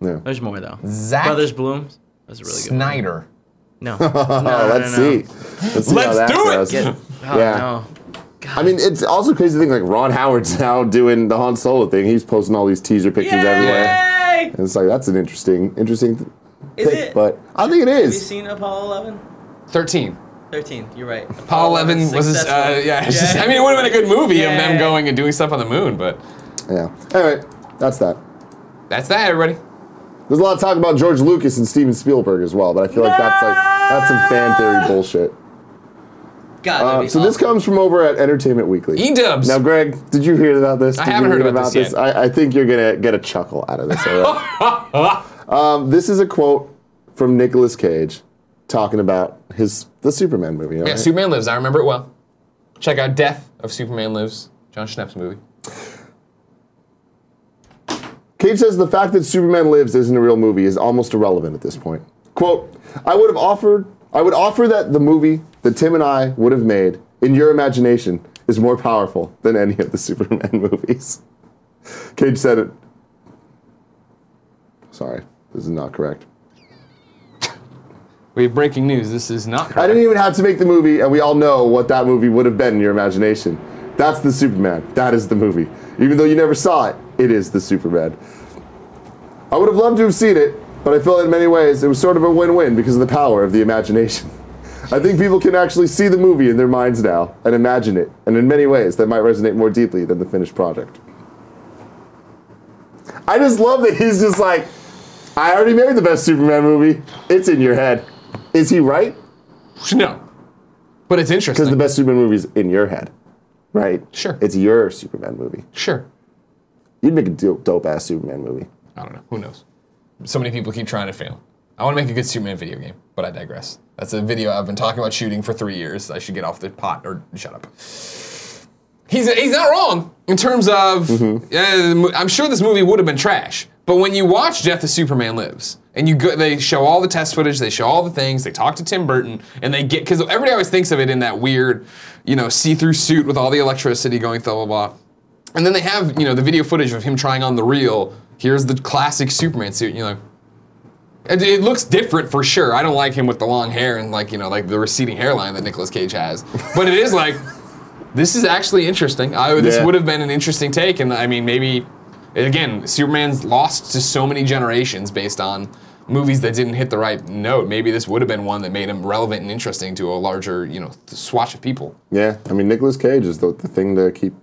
[SPEAKER 2] Yeah.
[SPEAKER 3] there's more though.
[SPEAKER 1] Zach
[SPEAKER 3] Brothers Bloom. That's a really good. one.
[SPEAKER 1] Snyder.
[SPEAKER 3] No, no, no,
[SPEAKER 2] Oh,
[SPEAKER 3] no,
[SPEAKER 2] let's
[SPEAKER 3] no.
[SPEAKER 2] see. Let's, see
[SPEAKER 1] Let's do it!
[SPEAKER 2] goes.
[SPEAKER 3] Get- oh,
[SPEAKER 2] yeah.
[SPEAKER 3] no.
[SPEAKER 2] I mean, it's also crazy to think like Ron Howard's now doing the Han Solo thing. He's posting all these teaser pictures everywhere.
[SPEAKER 6] Yay!
[SPEAKER 2] And it's like, that's an interesting, interesting th-
[SPEAKER 6] Is
[SPEAKER 2] thing.
[SPEAKER 6] it?
[SPEAKER 2] But I think it
[SPEAKER 6] Have you
[SPEAKER 2] is.
[SPEAKER 6] seen Apollo 11?
[SPEAKER 1] Thirteen.
[SPEAKER 6] 13, you're right.
[SPEAKER 1] Paul Levin was his,
[SPEAKER 6] Oh, successful.
[SPEAKER 1] uh, yeah, it's just- I mean, it would have been a good movie of them
[SPEAKER 6] Yeah.
[SPEAKER 1] going and doing stuff on the moon, but
[SPEAKER 2] Yeah. Anyway, that's that.
[SPEAKER 1] that's that, everybody.
[SPEAKER 2] There's a lot of talk about George Lucas and Steven Spielberg as well, but I feel like that's like that's some fan theory bullshit.
[SPEAKER 6] God,
[SPEAKER 2] Uh,
[SPEAKER 6] that'd be
[SPEAKER 2] so this
[SPEAKER 6] awesome.
[SPEAKER 2] comes from over at Entertainment Weekly.
[SPEAKER 1] E-dubs.
[SPEAKER 2] Now, Greg, did you hear about this?
[SPEAKER 1] E- I
[SPEAKER 2] Did
[SPEAKER 1] haven't
[SPEAKER 2] you
[SPEAKER 1] heard
[SPEAKER 2] read
[SPEAKER 1] about this yet.
[SPEAKER 2] I, I think you're gonna get a chuckle out of this. all right? um, this is a quote from Nicolas Cage talking about his the Superman movie. all
[SPEAKER 1] Yeah,
[SPEAKER 2] right?
[SPEAKER 1] Superman Lives. I remember it well. Check out Death of Superman Lives, John Schnepp's movie.
[SPEAKER 2] Cage says the fact that Superman lives isn't a real movie is almost irrelevant at this point. Quote, I would have offered I would offer that the movie that Tim and I would have made in your imagination is more powerful than any of the Superman movies. Cage said it. Sorry, this is not correct.
[SPEAKER 1] We have breaking news. This is not
[SPEAKER 2] I
[SPEAKER 1] correct.
[SPEAKER 2] didn't even have to make the movie, and we all know what that movie would have been in your imagination. That's the Superman. That is the movie. Even though you never saw it, it is the Superman. I would have loved to have seen it, but I feel in many ways it was sort of a win win because of the power of the imagination. I think people can actually see the movie in their minds now and imagine it, and in many ways that might resonate more deeply than the finished project. I just love that he's just like, I already made the best Superman movie. It's in your head. Is he right?
[SPEAKER 1] No. But it's interesting.
[SPEAKER 2] Because the best Superman movie is in your head, right?
[SPEAKER 1] Sure.
[SPEAKER 2] It's your Superman movie.
[SPEAKER 1] sure.
[SPEAKER 2] You'd make a dope, dope ass Superman movie.
[SPEAKER 1] I don't know. Who knows? So many people keep trying to fail. I want to make a good Superman video game, but I digress. That's a video I've been talking about shooting for three years. I should get off the pot or shut up. He's, he's not wrong in terms of. uh, the mo- I'm sure this movie would have been trash, but when you watch Death of Superman Lives and you go, they show all the test footage, they show all the things, they talk to Tim Burton, and they get because everybody always thinks of it in that weird, you know, see-through suit with all the electricity going, blah blah blah. And then they have, you know, the video footage of him trying on the real. Here's the classic Superman suit. And you're like, it, it looks different for sure. I don't like him with the long hair and like, you know, like the receding hairline that Nicolas Cage has. But it is like, this is actually interesting. I, this
[SPEAKER 2] Yeah.
[SPEAKER 1] would have been an interesting take. And I mean, maybe, again, Superman's lost to so many generations based on movies that didn't hit the right note. Maybe this would have been one that made him relevant and interesting to a larger, you know, swash of people.
[SPEAKER 2] Yeah, I mean Nicolas Cage is the, the thing to keep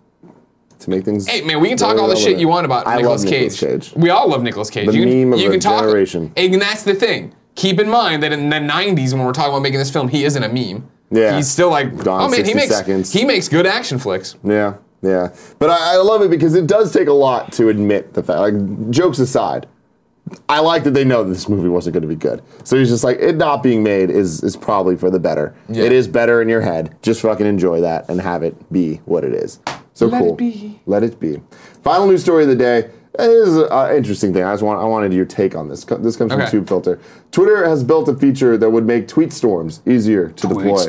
[SPEAKER 2] to make things.
[SPEAKER 1] Hey man, we can talk
[SPEAKER 2] really
[SPEAKER 1] all the shit
[SPEAKER 2] relevant.
[SPEAKER 1] you want about
[SPEAKER 2] I
[SPEAKER 1] Nicolas
[SPEAKER 2] love
[SPEAKER 1] Cage.
[SPEAKER 2] Nicolas
[SPEAKER 1] We all love Nicolas Cage.
[SPEAKER 2] The
[SPEAKER 1] you can,
[SPEAKER 2] meme of
[SPEAKER 1] you
[SPEAKER 2] the
[SPEAKER 1] can talk,
[SPEAKER 2] generation.
[SPEAKER 1] and that's the thing. Keep in mind that in the '90s, when we're talking about making this film, he isn't a meme.
[SPEAKER 2] Yeah.
[SPEAKER 1] he's still like,
[SPEAKER 2] Gone
[SPEAKER 1] oh man, he
[SPEAKER 2] 60
[SPEAKER 1] makes
[SPEAKER 2] seconds.
[SPEAKER 1] he makes good action flicks.
[SPEAKER 2] Yeah, yeah. But I, I love it because it does take a lot to admit the fact. Like jokes aside, I like that they know that this movie wasn't going to be good. So he's just like, it not being made is is probably for the better.
[SPEAKER 1] Yeah.
[SPEAKER 2] It is better in your head. Just fucking enjoy that and have it be what it is. So
[SPEAKER 1] Let it
[SPEAKER 2] cool.
[SPEAKER 1] be.
[SPEAKER 2] Let it be. Final news story of the day. It is an interesting thing. I just want I wanted your take on this. Co- This comes
[SPEAKER 1] Okay.
[SPEAKER 2] from TubeFilter. Twitter has built a feature that would make tweet storms easier to deploy.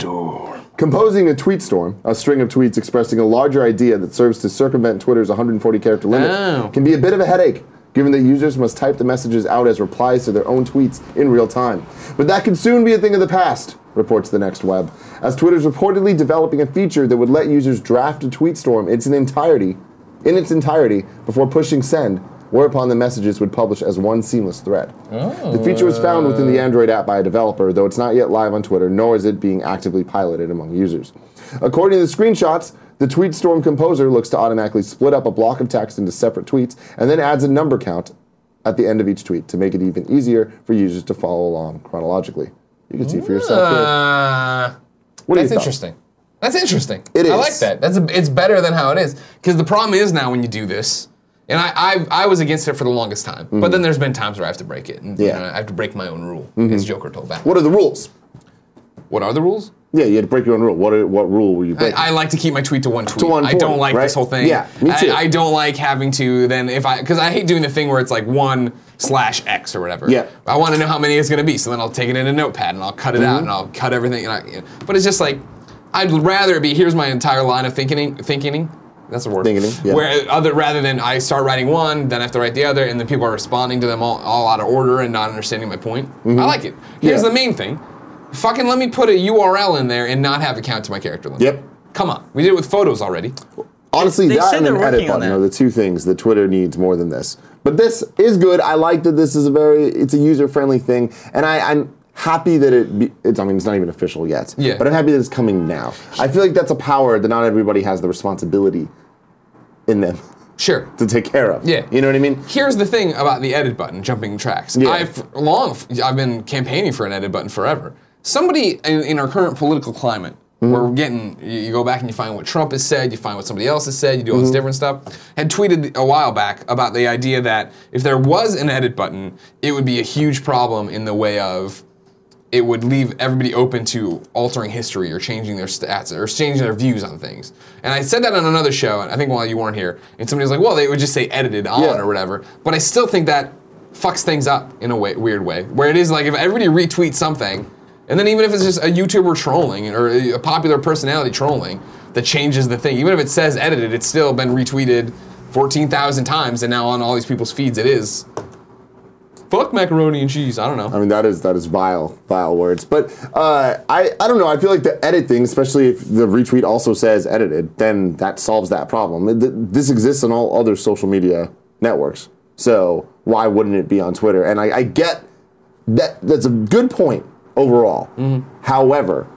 [SPEAKER 2] Composing a tweet storm, a string of tweets expressing a larger idea that serves to circumvent Twitter's 140 character limit,
[SPEAKER 1] Oh.
[SPEAKER 2] can be a bit of a headache. given that users must type the messages out as replies to their own tweets in real time. But that could soon be a thing of the past, reports the Next Web, as Twitter's reportedly developing a feature that would let users draft a tweet storm its an entirety, in its entirety before pushing send, whereupon the messages would publish as one seamless thread. The feature was found within the Android app by a developer, though it's not yet live on Twitter, nor is it being actively piloted among users. According to the screenshots, the tweet storm composer looks to automatically split up a block of text into separate tweets and then adds a number count at the end of each tweet to make it even easier for users to follow along chronologically. You can see for yourself. here.
[SPEAKER 1] Uh,
[SPEAKER 2] What are your
[SPEAKER 1] that's
[SPEAKER 2] thoughts?
[SPEAKER 1] interesting. That's interesting.
[SPEAKER 2] It
[SPEAKER 1] I
[SPEAKER 2] is.
[SPEAKER 1] like that. That's a, it's better than how it is. Because the problem is now when you do this, and I, I I was against it for the longest time, but then there's been times where I have to break it. And, you
[SPEAKER 2] Mm-hmm. Yeah. Mm-hmm.
[SPEAKER 1] know, I have to break my own rule, as Joker told back. What,
[SPEAKER 2] What are the rules?
[SPEAKER 1] are the rules?
[SPEAKER 2] Yeah, you had to break your own rule. What, are, what rule were you breaking?
[SPEAKER 1] I, I like to keep my tweet to one tweet.
[SPEAKER 2] one
[SPEAKER 1] I don't
[SPEAKER 2] point,
[SPEAKER 1] like
[SPEAKER 2] right?
[SPEAKER 1] this whole thing.
[SPEAKER 2] Yeah, me too.
[SPEAKER 1] I, I don't like having to then if I because I hate doing the thing where it's like one slash X or whatever.
[SPEAKER 2] Yeah.
[SPEAKER 1] I want to know how many it's gonna be, so then I'll take it in a notepad and I'll cut it
[SPEAKER 2] Mm-hmm.
[SPEAKER 1] out and I'll cut everything. And I, you know, but it's just like I'd rather it be here's my entire line of thinking thinking. That's a word.
[SPEAKER 2] Thinking, yeah.
[SPEAKER 1] Where other rather than I start writing one, then I have to write the other, and then people are responding to them all, all out of order and not understanding my point. I like it. Here's
[SPEAKER 2] Mm-hmm. Yeah.
[SPEAKER 1] the main thing. Fucking let me put a URL in there and not have it count to my character limit.
[SPEAKER 2] Yep.
[SPEAKER 1] Come on. We did it with photos already.
[SPEAKER 2] Honestly,
[SPEAKER 6] They- they
[SPEAKER 2] that
[SPEAKER 6] said
[SPEAKER 2] and an
[SPEAKER 6] they're
[SPEAKER 2] edit
[SPEAKER 6] working on
[SPEAKER 2] button
[SPEAKER 6] that.
[SPEAKER 2] are the two things that Twitter needs more than this. But this is good. I like that this is a very it's a user friendly thing, and I, I'm happy that it. Be, it's, I mean, it's not even official yet.
[SPEAKER 1] Yeah.
[SPEAKER 2] But I'm happy that it's coming now. I feel like that's a power that not everybody has the responsibility in them
[SPEAKER 1] Sure.
[SPEAKER 2] to take care of.
[SPEAKER 1] Yeah.
[SPEAKER 2] You know what I mean?
[SPEAKER 1] Here's the thing about the edit button jumping tracks.
[SPEAKER 2] Yeah.
[SPEAKER 1] I've long I've been campaigning for an edit button forever. Somebody in, in our current political climate, where we're getting you, you go back and you find what Trump has said, you find what somebody else has said, you do all this different stuff, had tweeted a while back about the idea that if there was an edit button, it would be a huge problem in the way of it would leave everybody open to altering history or changing their stats or changing their views on things. And I said that on another show, and I think while you weren't here, and somebody was like, "Well, they would just say edited on
[SPEAKER 2] Yeah.
[SPEAKER 1] or whatever." But I still think that fucks things up in a way, weird way, where it is like if everybody retweets something, and then even if it's just a YouTuber trolling or a a popular personality trolling that changes the thing, even if it says edited, it's still been retweeted 14,000 times, and now on all these people's feeds, it is. Fuck macaroni and cheese. I don't know.
[SPEAKER 2] I mean, that is that is vile, vile words. But uh, I I don't know. I feel like the edit thing, especially if the retweet also says edited, then that solves that problem. It- th- This exists on all other social media networks, so why wouldn't it be on Twitter? And I, I get that that's a good point overall.
[SPEAKER 1] Mm-hmm.
[SPEAKER 2] However.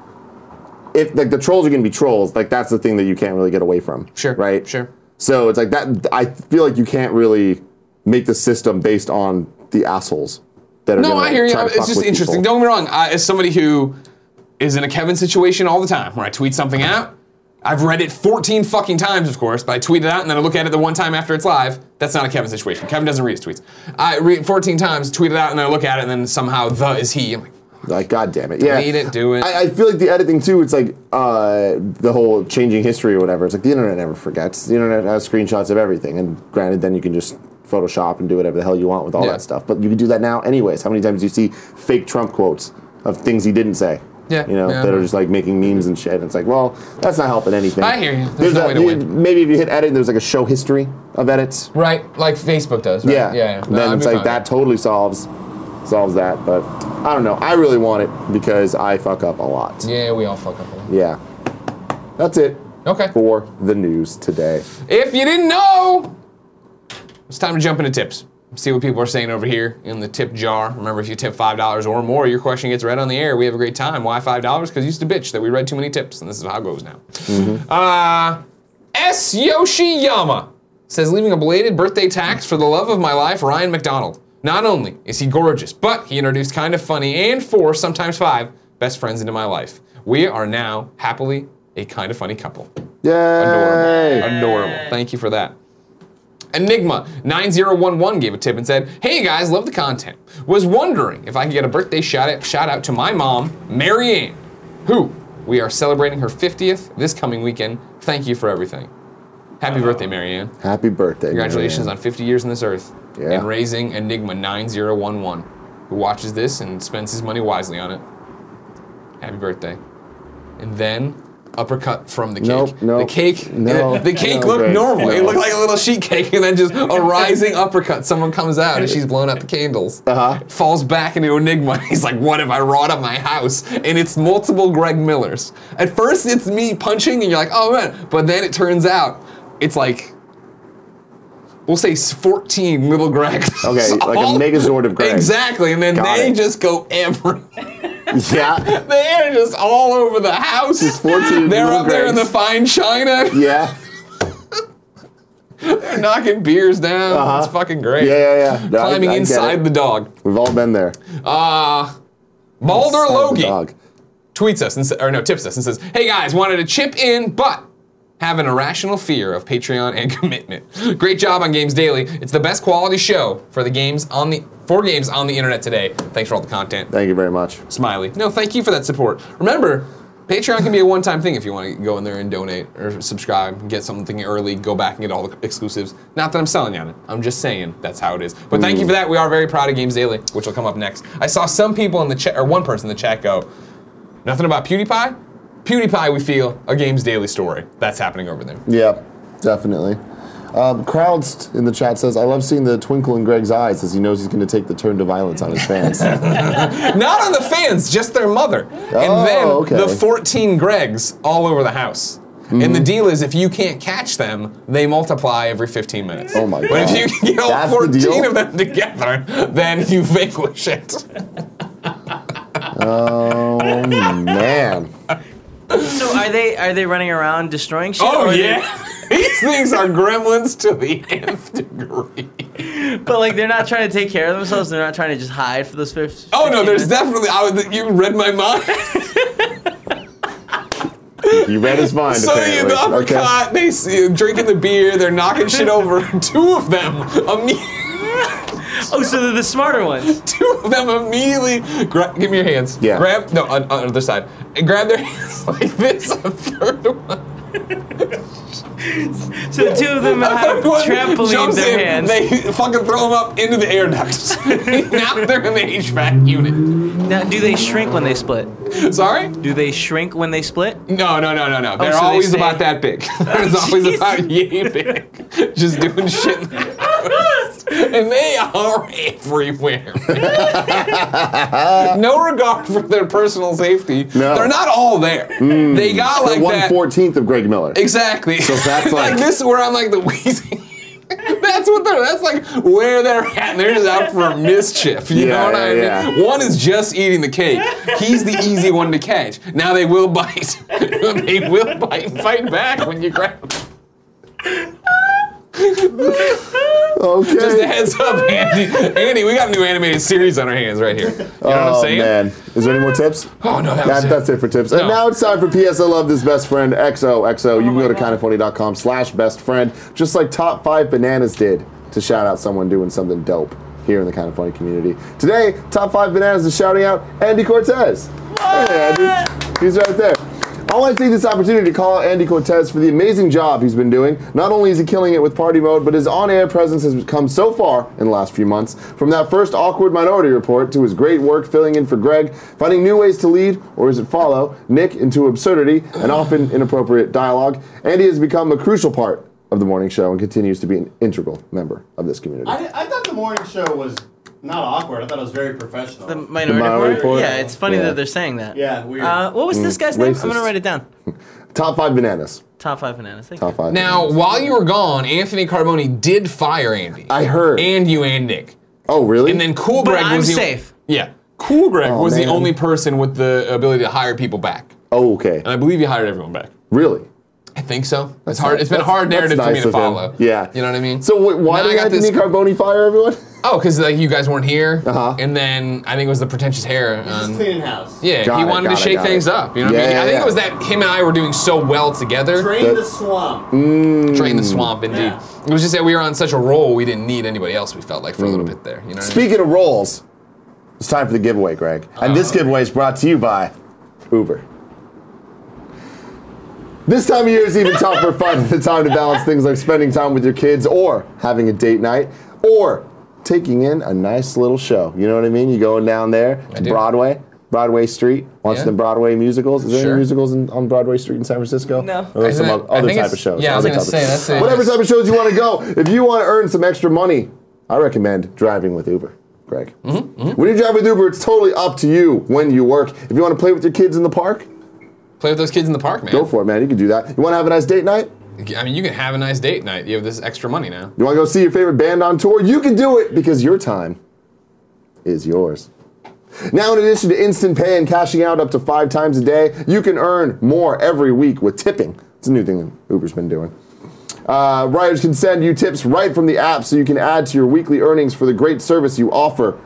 [SPEAKER 2] If like the trolls are gonna be trolls, like that's the thing that you can't really get away from.
[SPEAKER 1] Sure,
[SPEAKER 2] Right.
[SPEAKER 1] sure.
[SPEAKER 2] So it's like that. I feel like you can't really make the system based on the assholes that are.
[SPEAKER 1] No,
[SPEAKER 2] gonna
[SPEAKER 1] I hear you.
[SPEAKER 2] try to
[SPEAKER 1] It's
[SPEAKER 2] fuck
[SPEAKER 1] just
[SPEAKER 2] with
[SPEAKER 1] interesting.
[SPEAKER 2] people.
[SPEAKER 1] Don't get me wrong. I, as somebody who is in a Kevin situation all the time, where I tweet something out, I've read it 14 fucking times, of course, but I tweet it out and then I look at it the one time after it's live. That's not a Kevin situation. Kevin doesn't read his tweets. I read it 14 times, tweet it out, and then I look at it, and then somehow the is he. I'm like,
[SPEAKER 2] Like, god damn it. Yeah.
[SPEAKER 1] Delete it, do it.
[SPEAKER 2] I, I feel like the editing too, it's like uh, the whole changing history or whatever. It's like the internet never forgets. The internet has screenshots of everything. And granted, then you can just Photoshop and do whatever the hell you want with all
[SPEAKER 1] Yeah.
[SPEAKER 2] that stuff. But you can do that now anyways. How many times do you see fake Trump quotes of things he didn't say?
[SPEAKER 1] Yeah,
[SPEAKER 2] You know,
[SPEAKER 1] yeah.
[SPEAKER 2] that are just like making memes and shit. And it's like, well, that's not helping anything.
[SPEAKER 1] I hear you. There's no
[SPEAKER 2] a,
[SPEAKER 1] way to win.
[SPEAKER 2] Maybe if you hit edit, there's like a show history of edits.
[SPEAKER 1] right, like Facebook does. Right?
[SPEAKER 2] Yeah.
[SPEAKER 1] yeah. No,
[SPEAKER 2] then
[SPEAKER 1] I'd
[SPEAKER 2] it's
[SPEAKER 1] be
[SPEAKER 2] like
[SPEAKER 1] fine.
[SPEAKER 2] that totally solves solves that, but I don't know. I really want it because I fuck up a lot. Yeah.
[SPEAKER 1] Yeah, we all fuck up. a lot.
[SPEAKER 2] That's it
[SPEAKER 1] Okay.
[SPEAKER 2] for the news today.
[SPEAKER 1] If you didn't know, it's time to jump into tips. See what people are saying over here in the tip jar. Remember, if you tip $5 or more, your question gets read on the air. We have a great time. Why $5? Because you used to bitch that we read too many tips, and this is how it goes now. Uh, S. Yoshiyama says, leaving a belated birthday tax for the love of my life, Ryan McDonald. Not only is he gorgeous, but he introduced kind of funny and four, sometimes five, best friends into my life. We are now happily a kind of funny couple.
[SPEAKER 2] Yay!
[SPEAKER 1] Adorable. Adorable. Thank you for that. Enigma 9011 gave a tip and said, Hey guys, love the content. Was wondering if I could get a birthday shout out, shout out to my mom, Mary Ann, who we are celebrating her 50th this coming weekend. Thank you for everything. Happy birthday, Mary Ann.
[SPEAKER 2] Happy birthday.
[SPEAKER 1] Congratulations
[SPEAKER 2] Marianne.
[SPEAKER 1] on 50 years on this earth
[SPEAKER 2] Yeah.
[SPEAKER 1] and raising Enigma 9011, who watches this and spends his money wisely on it. Happy birthday. And then uppercut from the cake.
[SPEAKER 2] Nope,
[SPEAKER 1] the
[SPEAKER 2] nope,
[SPEAKER 1] cake,
[SPEAKER 2] no,
[SPEAKER 1] the cake
[SPEAKER 2] no,
[SPEAKER 1] looked
[SPEAKER 2] Greg,
[SPEAKER 1] normal. It
[SPEAKER 2] no.
[SPEAKER 1] looked like a little sheet cake, and then just a rising uppercut. Someone comes out and she's blowing up the candles.
[SPEAKER 2] Uh-huh.
[SPEAKER 1] Falls back into Enigma. He's like, "What have I wrought on my house?" And it's multiple Greg Millers. At first, it's me punching, and you're like, "Oh man!" But then it turns out, it's like. We'll say s- 14 little Gregs.
[SPEAKER 2] Okay, like a
[SPEAKER 1] All-
[SPEAKER 2] megazord of Gregs.
[SPEAKER 1] Exactly, and then
[SPEAKER 2] Got
[SPEAKER 1] they
[SPEAKER 2] it.
[SPEAKER 1] just go every.
[SPEAKER 2] Yeah.
[SPEAKER 1] They are just all over the house.
[SPEAKER 2] Just 14
[SPEAKER 1] They're
[SPEAKER 2] little
[SPEAKER 1] up there in the
[SPEAKER 2] Gregs.
[SPEAKER 1] fine china,
[SPEAKER 2] Yeah.
[SPEAKER 1] knocking beers down. It's fucking
[SPEAKER 2] Uh-huh. Yeah,
[SPEAKER 1] great.
[SPEAKER 2] yeah, yeah. No, I-
[SPEAKER 1] Climbing
[SPEAKER 2] I get
[SPEAKER 1] inside
[SPEAKER 2] it.
[SPEAKER 1] the dog.
[SPEAKER 2] We've all been there.
[SPEAKER 1] Uh, Balder
[SPEAKER 2] Inside the
[SPEAKER 1] Logie
[SPEAKER 2] dog.
[SPEAKER 1] tweets us and sa- or no tips us and says, "Hey guys, wanted to chip in, but." Have an irrational fear of Patreon and commitment. Great job on Games Daily. It's the best quality show for the games on the for games on the internet today. Thanks for all the content.
[SPEAKER 2] Thank you very much.
[SPEAKER 1] Smiley. No, thank you for that support. Remember, Patreon can be a one-time thing if you want to go in there and donate or subscribe, get something early, go back and get all the exclusives. Not that I'm selling you on it. I'm just saying that's how it is. But thank you for that. We are very proud of Games Daily, which will come up next. I saw some people in the chat, or one person in the chat go, nothing about PewDiePie? PewDiePie, we feel, a Games Daily story. That's happening over there.
[SPEAKER 2] Yeah, definitely. Um, Crowds in the chat says, I love seeing the twinkle in Greg's eyes as he knows he's going to take the turn to violence on his fans.
[SPEAKER 1] Not on the fans, just their mother.
[SPEAKER 2] Oh,
[SPEAKER 1] and then
[SPEAKER 2] okay.
[SPEAKER 1] the 14 Gregs all over the house. And
[SPEAKER 2] Mm-hmm.
[SPEAKER 1] the deal is if you can't catch them, they multiply every 15 minutes.
[SPEAKER 2] Oh my
[SPEAKER 1] But
[SPEAKER 2] God.
[SPEAKER 1] if you can get all
[SPEAKER 2] That's the
[SPEAKER 1] 14
[SPEAKER 2] deal?
[SPEAKER 1] of them together, then you vanquish it.
[SPEAKER 2] oh, man.
[SPEAKER 6] So are they are they running around destroying shit? or
[SPEAKER 1] Oh,
[SPEAKER 6] are they-
[SPEAKER 1] yeah. These things are gremlins to the nth degree.
[SPEAKER 6] but like they're not trying to take care of themselves. They're not trying to just hide for those fifth.
[SPEAKER 1] Oh, no, there's definitely, I would, you read my mind.
[SPEAKER 2] You read his mind.
[SPEAKER 1] So you
[SPEAKER 2] apparently.
[SPEAKER 1] the uppercut, they see, drinking the beer, they're knocking shit over. Two of them, immediately.
[SPEAKER 6] Oh, so they're the smarter ones.
[SPEAKER 1] two of them immediately gra- give me your hands.
[SPEAKER 2] Yeah.
[SPEAKER 1] Grab no on, on the other side. And grab their hands like this. A third one.
[SPEAKER 6] So the two of them
[SPEAKER 1] a
[SPEAKER 6] have
[SPEAKER 1] third one
[SPEAKER 6] trampolines in
[SPEAKER 1] jumps
[SPEAKER 6] their
[SPEAKER 1] in,
[SPEAKER 6] hands.
[SPEAKER 1] They fucking throw them up into the air ducts. now they're in the HVAC unit.
[SPEAKER 6] Now, do they shrink when they split?
[SPEAKER 1] Sorry?
[SPEAKER 6] Do they shrink when they split?
[SPEAKER 1] No, no, no, no, no. They're
[SPEAKER 6] so they
[SPEAKER 1] always
[SPEAKER 6] stay-
[SPEAKER 1] about that big. They're always about yay big. Just doing shit. in the house. and they are everywhere. no regard for their personal safety.
[SPEAKER 2] No.
[SPEAKER 1] They're not all there. They got like
[SPEAKER 2] One
[SPEAKER 1] that.
[SPEAKER 2] fourteenth of Greg Miller.
[SPEAKER 1] Exactly. So
[SPEAKER 2] that's like-
[SPEAKER 1] this is where I'm like the wheezing. that's what they're. That's like where they're at. They're just out for mischief. You know
[SPEAKER 2] Yeah,
[SPEAKER 1] what I
[SPEAKER 2] yeah,
[SPEAKER 1] mean?
[SPEAKER 2] yeah.
[SPEAKER 1] One is just eating the cake. He's the easy one to catch. Now they will bite. they will bite and fight back when you grab. them.
[SPEAKER 2] Okay.
[SPEAKER 1] Just a heads up, Andy. Andy, we got a new animated series on our hands right here. You know what I'm
[SPEAKER 2] oh,
[SPEAKER 1] saying?
[SPEAKER 2] man. Is there any more tips?
[SPEAKER 1] Oh no, that, was
[SPEAKER 2] That,
[SPEAKER 1] it.
[SPEAKER 2] that's it for tips. And
[SPEAKER 1] No.
[SPEAKER 2] now it's time for PS I Love This Best Friend XOXO. you can
[SPEAKER 1] Oh
[SPEAKER 2] go to kindoffunny.com slash best friend, just like Top 5 Bananas did to shout out someone doing something dope here in the Kind of Funny community. Today, Top 5 Bananas is shouting out Andy Cortez. Hey, Andy. He's right there. I want to take this opportunity to call out Andy Cortez for the amazing job he's been doing. Not only is he killing it with party mode, but his on air presence has come so far in the last few months. From that first awkward minority report to his great work filling in for Greg, finding new ways to lead, or is it follow, Nick into absurdity and often inappropriate dialogue, Andy has become a crucial part of the morning show and continues to be an integral member of this community.
[SPEAKER 7] I, I thought the morning show was not awkward. I thought it was very professional.
[SPEAKER 6] The minority,
[SPEAKER 2] Minority Report?
[SPEAKER 6] report? Yeah, it's funny
[SPEAKER 2] Yeah. Mm,
[SPEAKER 6] that they're saying that.
[SPEAKER 7] yeah, weird.
[SPEAKER 6] Uh, what was this guy's name? I'm gonna
[SPEAKER 2] racist.
[SPEAKER 6] write it down.
[SPEAKER 2] Top five bananas.
[SPEAKER 6] Top five bananas. Thank
[SPEAKER 2] Top
[SPEAKER 6] you.
[SPEAKER 2] five.
[SPEAKER 1] Now,
[SPEAKER 2] bananas.
[SPEAKER 1] while you were gone, Anthony Carboni did fire Andy.
[SPEAKER 2] I heard.
[SPEAKER 1] And you and Nick.
[SPEAKER 2] oh, really?
[SPEAKER 1] And then Cool
[SPEAKER 6] But
[SPEAKER 1] Greg
[SPEAKER 6] I'm
[SPEAKER 1] was the,
[SPEAKER 6] safe.
[SPEAKER 1] Yeah, Cool Greg
[SPEAKER 2] Aw,
[SPEAKER 1] was
[SPEAKER 2] Oh, man.
[SPEAKER 1] the only person with the ability to hire people back,
[SPEAKER 2] oh, okay.
[SPEAKER 1] and I believe he hired everyone back.
[SPEAKER 2] Really?
[SPEAKER 1] I think so. It's hard.
[SPEAKER 2] nice.
[SPEAKER 1] It's been a
[SPEAKER 2] That's-
[SPEAKER 1] hard
[SPEAKER 2] that's
[SPEAKER 1] narrative for me
[SPEAKER 2] nice
[SPEAKER 1] to
[SPEAKER 2] of him.
[SPEAKER 1] follow.
[SPEAKER 2] Yeah.
[SPEAKER 1] you know what I mean.
[SPEAKER 2] So wait, why
[SPEAKER 1] Now I
[SPEAKER 2] did
[SPEAKER 1] got
[SPEAKER 2] Anthony
[SPEAKER 1] this-
[SPEAKER 2] Carboni fire everyone?
[SPEAKER 1] Oh, because like you guys weren't here,
[SPEAKER 2] Uh-huh.
[SPEAKER 1] and then I think it was the pretentious hair.
[SPEAKER 7] Just
[SPEAKER 1] on-
[SPEAKER 7] cleaning house.
[SPEAKER 1] yeah,
[SPEAKER 2] Got
[SPEAKER 1] he
[SPEAKER 2] it,
[SPEAKER 1] wanted to
[SPEAKER 2] got it,
[SPEAKER 1] shake
[SPEAKER 2] got
[SPEAKER 1] things
[SPEAKER 2] it.
[SPEAKER 1] up. You know what I
[SPEAKER 2] Yeah,
[SPEAKER 1] mean? I
[SPEAKER 2] yeah,
[SPEAKER 1] think
[SPEAKER 2] yeah.
[SPEAKER 1] it was that him and I were doing so well together.
[SPEAKER 7] Drain
[SPEAKER 2] That-
[SPEAKER 7] the swamp.
[SPEAKER 1] Drain
[SPEAKER 2] Mm.
[SPEAKER 1] the swamp, indeed.
[SPEAKER 7] Yeah.
[SPEAKER 1] It was just that we were on such a roll, we didn't need anybody else. We felt like for a
[SPEAKER 2] Mm.
[SPEAKER 1] little bit there. You know. What
[SPEAKER 2] Speaking of rolls, it's time for the giveaway, Greg. And
[SPEAKER 1] Uh-huh.
[SPEAKER 2] this giveaway is brought to you by Uber. This time of year is even tougher finding the time to balance things like spending time with your kids or having a date night or taking in a nice little show. You know what I mean? You going down there to
[SPEAKER 1] do.
[SPEAKER 2] Broadway, Broadway Street, watch
[SPEAKER 1] Yeah.
[SPEAKER 2] the Broadway musicals. Is there
[SPEAKER 1] Sure.
[SPEAKER 2] any musicals in, on Broadway Street in San Francisco?
[SPEAKER 4] No.
[SPEAKER 2] Or there's some
[SPEAKER 1] Isn't it-
[SPEAKER 2] o-
[SPEAKER 1] I
[SPEAKER 2] other
[SPEAKER 1] think
[SPEAKER 2] type
[SPEAKER 1] it's-
[SPEAKER 2] of shows.
[SPEAKER 1] yeah, I was
[SPEAKER 2] other
[SPEAKER 1] gonna
[SPEAKER 2] type of-
[SPEAKER 1] say, that's it.
[SPEAKER 2] Whatever type of shows you want to go. If you want to earn some extra money, I recommend driving with Uber. Greg.
[SPEAKER 1] Mm-hmm,
[SPEAKER 2] When you drive with Uber, it's totally up to you when you work. If you want to play with your kids in the park,
[SPEAKER 1] Play with those kids in the park, man.
[SPEAKER 2] go for it, man. You can do that. You want to have a nice date night?
[SPEAKER 1] I mean, you can have a nice date night. You have this extra money now.
[SPEAKER 2] You want to go see your favorite band on tour? You can do it because your time is yours. Now, in addition to instant pay and cashing out up to five times a day, you can earn more every week with tipping. It's a new thing that Uber's been doing. Uh, riders can send you tips right from the app so you can add to your weekly earnings for the great service you offer.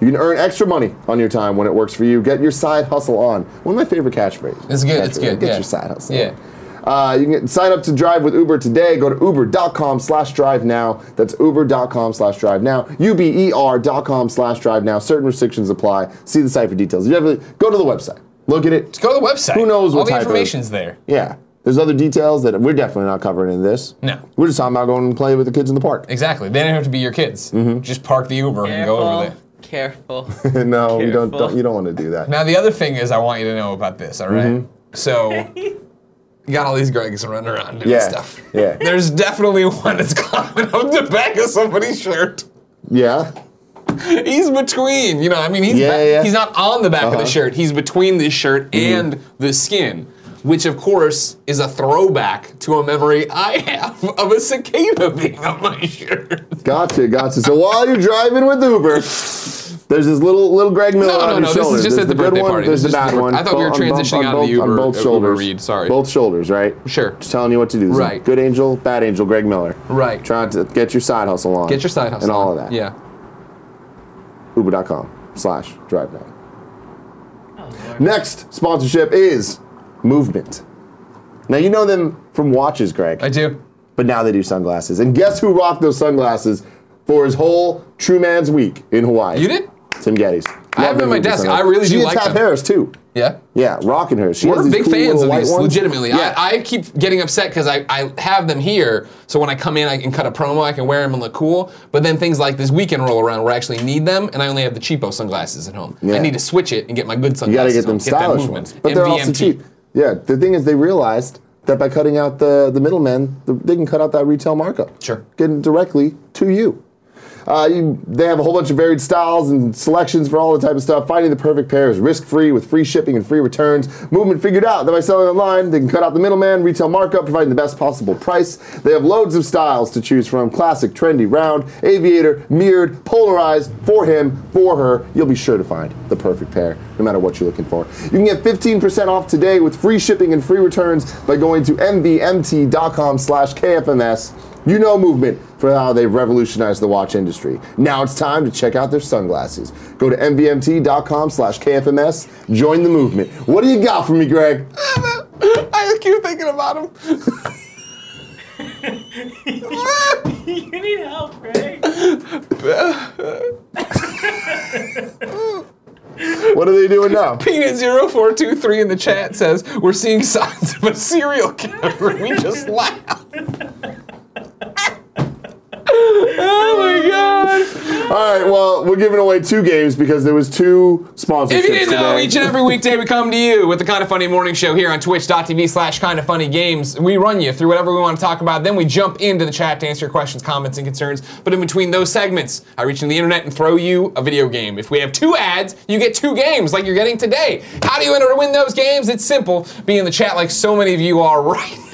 [SPEAKER 2] You can earn extra money on your time when it works for you. Get your side hustle on. One of my favorite catchphrases.
[SPEAKER 1] It's good, it's
[SPEAKER 2] Catchphrases.
[SPEAKER 1] good,
[SPEAKER 2] Get
[SPEAKER 1] yeah.
[SPEAKER 2] your side hustle.
[SPEAKER 1] Yeah.
[SPEAKER 2] Uh, you can sign up to drive with Uber today. Go to uber.com slash drive now. That's uber.com slash drive now. U-B-E-R dot com slash drive now. Certain restrictions apply. See the site for details. If you ever, go to the website. Look at it.
[SPEAKER 1] Just go to the website.
[SPEAKER 2] Who knows
[SPEAKER 1] All
[SPEAKER 2] what
[SPEAKER 1] the
[SPEAKER 2] type of-
[SPEAKER 1] information's there.
[SPEAKER 2] Yeah. There's other details that we're definitely not covering in this.
[SPEAKER 1] No.
[SPEAKER 2] We're just talking about going and play with the kids in the park.
[SPEAKER 1] Exactly. They don't have to be your kids.
[SPEAKER 2] Mm-hmm.
[SPEAKER 1] Just park the Uber and go over there.
[SPEAKER 6] Careful.
[SPEAKER 2] no, you don't,
[SPEAKER 6] Careful.
[SPEAKER 2] don't- you don't want to do that.
[SPEAKER 1] Now, the other thing is, I want you to know about this, all right?
[SPEAKER 2] Mm-hmm.
[SPEAKER 1] So, you got all these Gregs running around doing
[SPEAKER 2] yeah.
[SPEAKER 1] stuff.
[SPEAKER 2] Yeah.
[SPEAKER 1] There's definitely one that's climbing up the back of somebody's shirt.
[SPEAKER 2] yeah.
[SPEAKER 1] He's between, you know, I mean, he's,
[SPEAKER 2] Yeah,
[SPEAKER 1] ba-
[SPEAKER 2] yeah.
[SPEAKER 1] he's not on the back of the
[SPEAKER 2] Uh-huh. Mm-hmm.
[SPEAKER 1] shirt. He's between the shirt and the skin, which, of course, is a throwback to a memory I have of a cicada being on my shirt.
[SPEAKER 2] Gotcha, gotcha. So while you're driving with Uber, there's this little little Greg Miller
[SPEAKER 1] No, no,
[SPEAKER 2] on your
[SPEAKER 1] no, this
[SPEAKER 2] shoulder.
[SPEAKER 1] is just at
[SPEAKER 2] there's
[SPEAKER 1] the
[SPEAKER 2] good
[SPEAKER 1] birthday
[SPEAKER 2] one,
[SPEAKER 1] party.
[SPEAKER 2] There's
[SPEAKER 1] This
[SPEAKER 2] the
[SPEAKER 1] is just
[SPEAKER 2] bad
[SPEAKER 1] the-
[SPEAKER 2] one.
[SPEAKER 1] I thought we were
[SPEAKER 2] Both- on both-
[SPEAKER 1] transitioning
[SPEAKER 2] on
[SPEAKER 1] out of the
[SPEAKER 2] both- on
[SPEAKER 1] Uber-
[SPEAKER 2] both
[SPEAKER 1] Uber
[SPEAKER 2] shoulders.
[SPEAKER 1] read, sorry.
[SPEAKER 2] Both shoulders, right?
[SPEAKER 1] Sure.
[SPEAKER 2] Just telling you what to do. This is
[SPEAKER 1] Right.
[SPEAKER 2] Good angel, bad angel, Greg Miller.
[SPEAKER 1] Right.
[SPEAKER 2] Trying to get your side hustle on.
[SPEAKER 1] Get your side hustle.
[SPEAKER 2] And all
[SPEAKER 1] on.
[SPEAKER 2] of that.
[SPEAKER 1] Yeah.
[SPEAKER 2] Uber.com slash drive now. Next sponsorship is Movement. Now you know them from watches, Greg.
[SPEAKER 1] I do.
[SPEAKER 2] But now they do sunglasses. And guess who rocked those sunglasses for his whole True Man's Week in Hawaii?
[SPEAKER 1] You did?
[SPEAKER 2] Tim Geddes.
[SPEAKER 1] I have them on my
[SPEAKER 2] Love those
[SPEAKER 1] desk.
[SPEAKER 2] sunglasses.
[SPEAKER 1] I really
[SPEAKER 2] she
[SPEAKER 1] do
[SPEAKER 2] and
[SPEAKER 1] like
[SPEAKER 2] Tap
[SPEAKER 1] them.
[SPEAKER 2] Harris too.
[SPEAKER 1] Yeah.
[SPEAKER 2] Yeah, rocking her. She has
[SPEAKER 1] We're
[SPEAKER 2] these
[SPEAKER 1] big
[SPEAKER 2] cool
[SPEAKER 1] fans
[SPEAKER 2] little
[SPEAKER 1] of
[SPEAKER 2] white
[SPEAKER 1] these,
[SPEAKER 2] ones.
[SPEAKER 1] legitimately.
[SPEAKER 2] Yeah.
[SPEAKER 1] I, I keep getting upset because I, I have them here, so when I come in, I can cut a promo, I can wear them and look cool. But then things like this weekend roll around where I actually need them, and I only have the cheapo sunglasses at home. I
[SPEAKER 2] Yeah.
[SPEAKER 1] need to switch it and get my good
[SPEAKER 2] you gotta
[SPEAKER 1] sunglasses.
[SPEAKER 2] get them
[SPEAKER 1] on, that
[SPEAKER 2] stylish
[SPEAKER 1] movement.
[SPEAKER 2] ones, but they're also
[SPEAKER 1] MVMT.
[SPEAKER 2] cheap. Yeah, the thing is, they realized that by cutting out the the middlemen, the, they can cut out that retail markup.
[SPEAKER 1] Sure.
[SPEAKER 2] getting directly to you. Uh, you. They have a whole bunch of varied styles and selections for all the type of stuff. Finding the perfect pair is risk free with free shipping and free returns. Movement figured out that by selling online, they can cut out the middleman, retail markup, providing the best possible price. They have loads of styles to choose from classic, trendy, round, aviator, mirrored, polarized, for him, for her. You'll be sure to find the perfect pair, no matter what you're looking for. You can get 15% off today with free shipping and free returns by going to mvmt.com slash KFMS. You know Movement for how they've revolutionized the watch industry. Now it's time to check out their sunglasses. Go to mvmt.com slash KFMS, join the movement. What do you got for me, Greg?
[SPEAKER 1] I keep thinking about them.
[SPEAKER 6] you need help, right?
[SPEAKER 2] What are they doing now?
[SPEAKER 1] Peanut0423 in the chat says, We're seeing signs of a serial killer. We just laugh. oh my god.
[SPEAKER 2] All right, well, we're giving away two games because there was two sponsorships
[SPEAKER 1] If you didn't know,
[SPEAKER 2] today.
[SPEAKER 1] each and every weekday we come to you with the Kind of Funny Morning Show here on twitch.tv slash Kind of Funny Games. We run you through whatever we want to talk about. Then we jump into the chat to answer your questions, comments, and concerns. But in between those segments, I reach into the internet and throw you a video game. If we have two ads, you get two games like you're getting today. How do you enter to win those games? It's simple. Be in the chat like so many of you are right now.